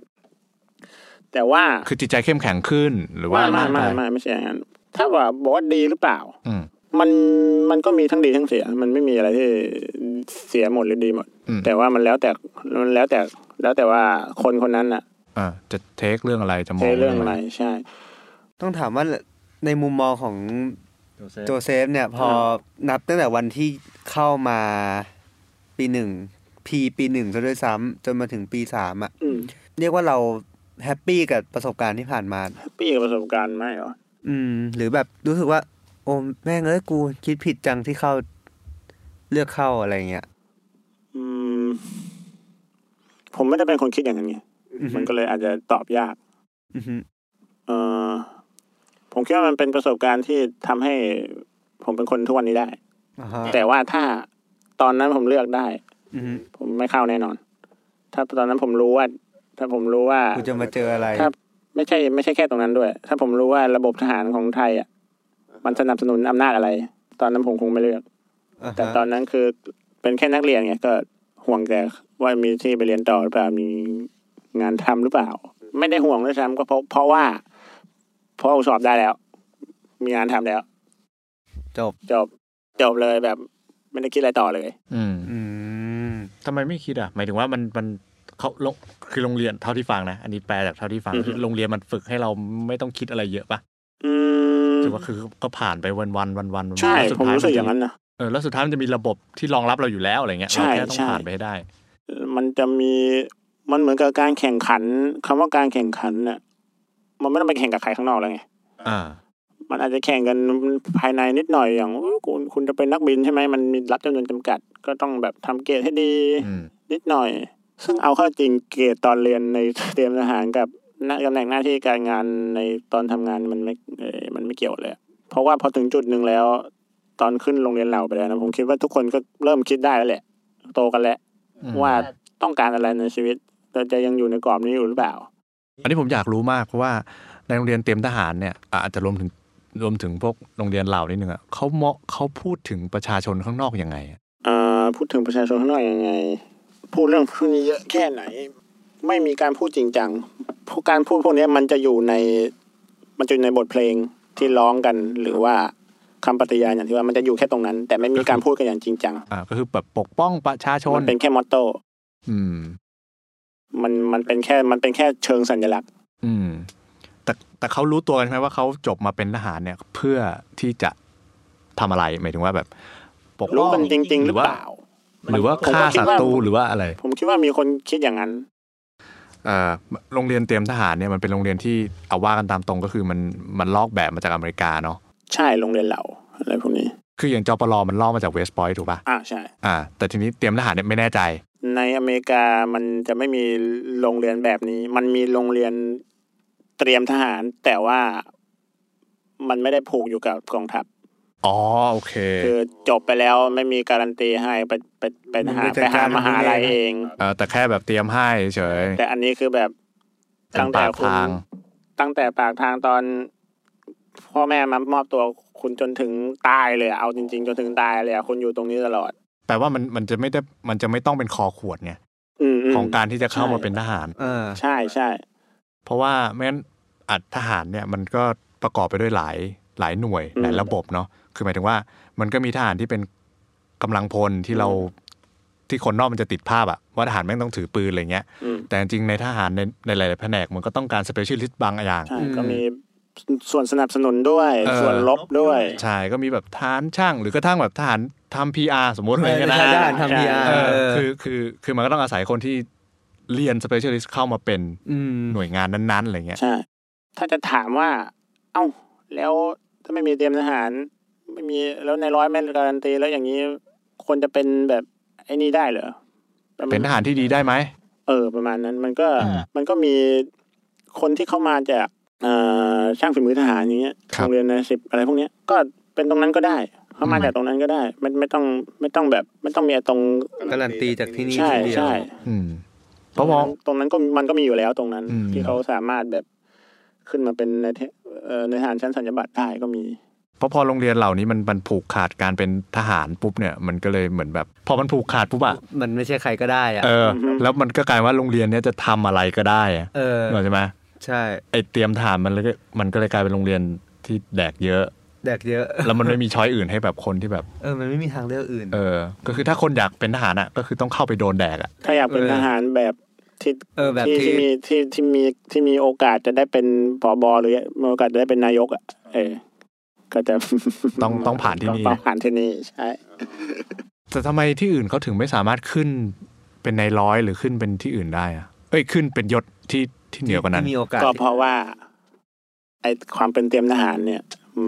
แต่ว่า คือจิตใจเข้มแข็งขึ้นหรือว่า ไม่ไม่ไม่ไม่ไม่ใช่อย่างนั้นถ้าว่าบอกว่าดีหรือเปล่า อืม มันมันก็มีทั้งดีทั้งเสีย มันไม่มีอะไรที่เสียหมดหรือดีหมด อืม แต่ว่ามันแล้วแต่มันแล้วแต่แล้วแต่ว่าคนคนนั้นน่ะ อ่าจะเทคเรื่องอะไรจะมอง ใช้เรื่องอะไรใช่ ต้องถามว่าในมุมมองของโจเซฟเนี่ย พอนับตั้งแต่วันที่เข้ามาปีหนึ่งพีปีหนึ่งซะด้วยซ้ำจนมาถึงปีสามอ่ะ อืม เรียกว่าเราแฮปปี้กับประสบการณ์ที่ผ่านมา พี่กับประสบการณ์ไหมเหรอ อืม หรือแบบรู้สึกว่า โอ้แม่งเอ้ยกูคิดผิดจังที่เข้าเลือกเข้าอะไรเงี้ย อืม ผมไม่ได้เป็นคนคิดอย่างนั้นไง อือฮึ มันก็เลยอาจจะตอบยาก อือฮึ เออผมคิดว่ามันเป็นประสบการณ์ที่ทำให้ ผมเป็นคนทุกวันนี้ได้ อ่าฮะ แต่ว่าถ้าตอนนั้นผมเลือกได้ อือฮึ ผมไม่เข้าแน่นอน ถ้าตอนนั้นผมรู้ว่า ถ้าผมรู้ว่า กูจะมาเจออะไร ถ้าไม่ใช่ไม่ใช่แค่ตรงนั้นด้วย ถ้าผมรู้ว่าระบบทหารของไทยอ่ะมันสนับสนุนอำนาจอะไร ตอนนั้นผมคงไม่เลือก อ่าฮะ แต่ตอนนั้นคือเป็นแค่นักเรียนไงก็ห่วงแต่ว่ามีที่ไปเรียนต่อหรือเปล่ามีงานทำหรือเปล่า ไม่ได้ห่วงด้วยซ้ำก็เพราะเพราะว่าเพราะสอบได้แล้ว มีงานทำแล้ว จบ จบจบเลยแบบไม่ได้คิดอะไรต่อเลย อืม อืม ทำไมไม่คิดอ่ะ หมายถึงว่ามันมันเขาโรงคือโรงเรียนเท่าที่ฟังนะ อันนี้แปลจากเท่าที่ฟัง อือฮึ โรงเรียนมันฝึกให้เราไม่ต้องคิดอะไรเยอะปะ อืม ถือว่าคือก็ผ่านไปวันวันวันวัน ใช่ผมรู้สึกอย่าง นั้น นั้นนะ เออแล้วสุดท้ายมันจะมีระบบที่รองรับเราอยู่แล้วอะไรเงี้ย ใช่ เราแค่ต้อ ใช่ งผ่านไปให้ได้ มันจะมีมันเหมือนกับการแข่งขันคำว่าการแข่งขันน่ะมันไม่ต้องไปแข่งกับใครข้างนอกแล้วไง อ่า มันอาจจะแข่งกันภายในนิดหน่อยอย่างอุ๊ยคุณคุณจะเป็นนักบินใช่ไหมมันมีรับจำนวนจำกัด ก็ต้องแบบทำเกรดให้ดี อืม นิดหน่อย ซึ่งเอาเข้าจริงเกรดตอนเรียนใน เตรียมทหารกับหน้าตำแหน่งหน้าที่การงานในตอนทำงานมันไม่เอ่อมันไม่เกี่ยวเลย เพราะว่าพอถึงจุดหนึ่งแล้ว ตอนขึ้นโรงเรียนเราไปแล้วนะผมคิดว่าทุกคนก็เริ่มคิดได้แล้วแหละ โตกันแล้ว อืม ว่าต้องการอะไรในชีวิตเราจะยังอยู่ในกรอบนี้อยู่หรือเปล่า อันนี้ผมอยากรู้มากเพราะว่าในโรงเรียนเตรียมทหารเนี่ยอ่ะอาจจะรวมถึงรวมถึงพวกโรงเรียนเหล่านิดนึงอ่ะเขาเหมาะเขาพูดถึงประชาชนข้างนอกยังไงอะ เอ่อ อพูดถึงประชาชนข้างนอกยังไง พูดเรื่องพวกนี้เยอะแค่ไหน ไม่มีการพูดจริงจังพวกการพูดพวกนี้มันจะอยู่ในมันจะอยู่ในบทเพลงที่ร้องกันหรือว่าคำปฏิญาณอย่างที่ว่ามันจะอยู่แค่ตรงนั้น แต่ไม่มีการพูดกันอย่างจริงจัง อ่าก็คือแบบปกป้องประชาชน มันเป็นแค่มอตโต้ อืม มันมันเป็นแค่มันเป็นแค่เชิงสัญลักษณ์ อืม แต่แต่เขารู้ตัวกันไหมว่าเขาจบมาเป็นทหารเนี่ย เพื่อที่จะทำอะไรหมายถึงว่าแบบปกป้ รู้ อง กันจริง ๆ หรือ ว่า เปล่า หรือว่าฆ่าศัตรูหรือว่าอะไร ผมคิดว่ามีคนคิดอย่างนั้น เอ่อโรงเรียนเตรียมทหารเนี่ยมันเป็นโรงเรียนที่เอาว่ากันตามตรงก็คือมันมันลอกแบบมาจากอเมริกาเนาะ ใช่โรงเรียนเหล่าอะไรพวกนี้ คืออย่างจปลมันลอกมาจากเวสต์พอยต์ถูกป่ะ อ่าใช่ อ่า แต่ทีนี้เตรียมทหารเนี่ยไม่แน่ใจ ในอเมริกามันจะไม่มีโรงเรียนแบบนี้ มันมีโรงเรียนเตรียมทหาร แต่ว่ามันไม่ได้ผูกอยู่กับกองทัพ อ๋อโอเค คือจบไปแล้วไม่มีการันตีให้ไปไปไปหา มันเป็น ไปหา การ มหาลัย ทำเอง เอง เออแต่แค่แบบเตรียมให้เฉย แต่อันนี้คือแบบ เป็ ตั้ น งแต่ ปาก คุณ ทาง ตั้งแต่ปากทางตอน พ่อแม่มามอบตัวคุณจนถึงตายเลยอะเอาจริง ๆ จนถึงตายเลยอะคุณอยู่ตรงนี้ตลอด แปลว่ามันมันจะไม่ได้มันจะไม่ต้องเป็นคอขวดไง อืมม ของการที่จะเข้า ใช่ มาเป็นทหาร เออ ใช่ใช่ เพราะว่าไม่งั้นอัดทหารเนี่ยมันก็ประกอบไปด้วยหลายหลายหน่วย อืม หลายระบบเนาะคือหมายถึงว่ามันก็มีทหารที่เป็นกำลังพลที่เราที่คนนอกมันจะติดภาพอะว่าทหารแม่งต้องถือปืนอะไรเงี้ย อืม แต่จริงๆในทหารในในหลายๆแผนกมันก็ต้องการสเปเชียลิสต์บางอย่าง ใช่ อืม ก็มีส่วนสนับสนุนด้วย เออ ส่วนลบด้วย ใช่ก็มีแบบทหารช่างหรือกระทั่งแบบทหารทำ PR สมมติอะไรเงี้ยนะ ทางด้านทำพีอา เอ ร์ อคือคือคือมันก็ต้องอาศัยคนที่เรียน specialist เข้ามาเป็น ม หน่วยงานนั้นๆอะไรเงี้ย ใช่ ถ้าจะถามว่า เอ้า แล้วถ้าไม่มีเตรียมทหาร ไม่มีแล้วในร้อยแม่การันตีแล้วอย่างนี้คนจะเป็นแบบไอ้นี่ได้เหรอระมณ เป็นทหารที่ดีได้ไหม เออ ประมาณนั้น มันก็ อืม มันก็มีคนที่เข้ามาจากเอ่อช่างฝีมือทหารอย่างเงี้ย ครับ โรงเรียนนายสิบอะไรพวกเนี้ย ก็เป็นตรงนั้นก็ได้ เข้ามาจากตรงนั้นก็ได้ไม่ไม่ต้องไม่ต้องแบบ ไม่ต้องมีไอ้ตรง การันตีจากที่นี่ ใช่ ที่เดียว ใช่ อืมเพราะมอง ตรงนั้นก็มันก็มีอยู่แล้วตรงนั้น อืม ที่เขาสามารถแบบขึ้นมาเป็นในเทเอ่อในทหารชั้นสัญญาบัตรได้ก็มี เพราะพอโรงเรียนเหล่านี้มันมันผูกขาดการเป็นทหารปุ๊บเนี่ยมันก็เลยเหมือนแบบ พอมันผูกขาดปุ๊บอะ มันไม่ใช่ใครก็ได้อ่ะ เออ อืม แล้วมันก็กลายว่าโรงเรียนเนี้ยจะทำอะไรก็ได้อะ เออ เข้าใช่ไหม ใช่ ไอเตรียมทหารมันเลยก็มันก็เลยกลายเป็นโรงเรียนที่แดกเยอะ แดกเยอะ แล้วมันไม่มีช้อยอื่นให้แบบคนที่แบบ เออ มันไม่มีทางเลือกอื่น เออ ก็คือถ้าคนอยากเป็นทหารอะก็คือต้องเข้าไปโดนแดกอะ ถ้าอยากเป็น เออ ทหารแบบที่ เออแบบ ที่ ที่ ที่มีที่ที่มีที่มีโอกาสจะได้เป็นผบหรือมีโอกาสจะได้เป็นนายกอ่ะเออก็จะ ต้องต้องผ่านที่นี่ ต้องผ่านที่นี่ใช่ แต่ทำไมที่อื่นเขาถึงไม่สามารถขึ้นเป็นในายร้อยหรือขึ้นเป็นที่อื่นได้อะเอ้ยขึ้นเป็นยศที่ที่เหนือกว่านั้น ที่มีโอกาส ก็เพราะว่า ไอความเป็นเตรียมทหารเนี่ย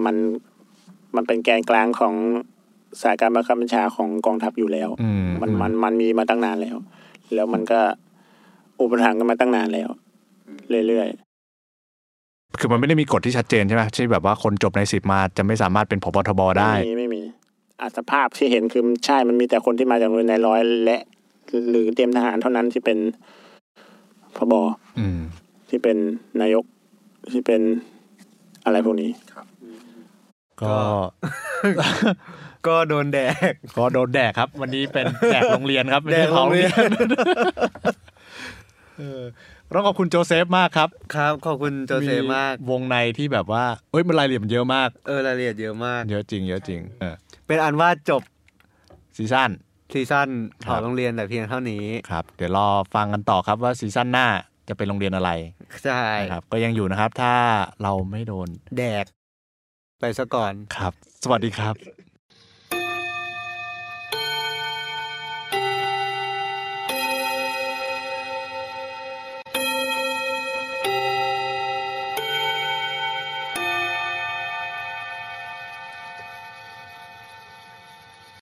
มันมันเป็นแกนกลางของสายการบังคับบัญชาของกองทัพอยู่แล้ว อืม มันมันมันมีมาตั้งนานแล้ว แล้วมันก็อุปถัมภ์กันมาตั้งนานแล้ว เรื่อย คือมันไม่ได้มีกฎที่ชัดเจนใช่ไหมใช่แบบว่าคนจบในสิบมาจะไม่สามารถเป็นผบทบ ๆ ได้ ไม่มีไม่มีอัสภาพที่เห็นคือใช่มันมีแต่คนที่มาจากโรงเรียนนายร้อยและหรือเตรียมทหารเท่านั้นที่เป็นพบ อืม ที่เป็นนายกที่เป็นอะไรพวกนี้ ก็ ก็โดนแดก ก็โดนแดกครับ วันนี้ เป็นแดกโรงเรียนครับไม่ใช่ แดกโรงเรียน ของ เออต้องขอบคุณโจเซฟมากครับ ครับ ขอบคุณโจเซมาก วงในที่แบบว่าเอ้ยมันรายละเอียดมันเยอะมาก เออรายละเอียดเยอะมาก เยอะจริง เยอะจริงเออ เป็นอันว่าจบ ซีซั่น ซีซั่น ค ข รับ องโรงเรียนแต่เพียงเท่านี้ ครับ เดี๋ยวรอฟังกันต่อครับว่าซีซั่นหน้าจะเป็นโรงเรียนอะไร ใช่ นะครับก็ยังอยู่นะครับ ถ้าเราไม่โดน แดก ไปซะก่อน ครับ สวัสดีครับ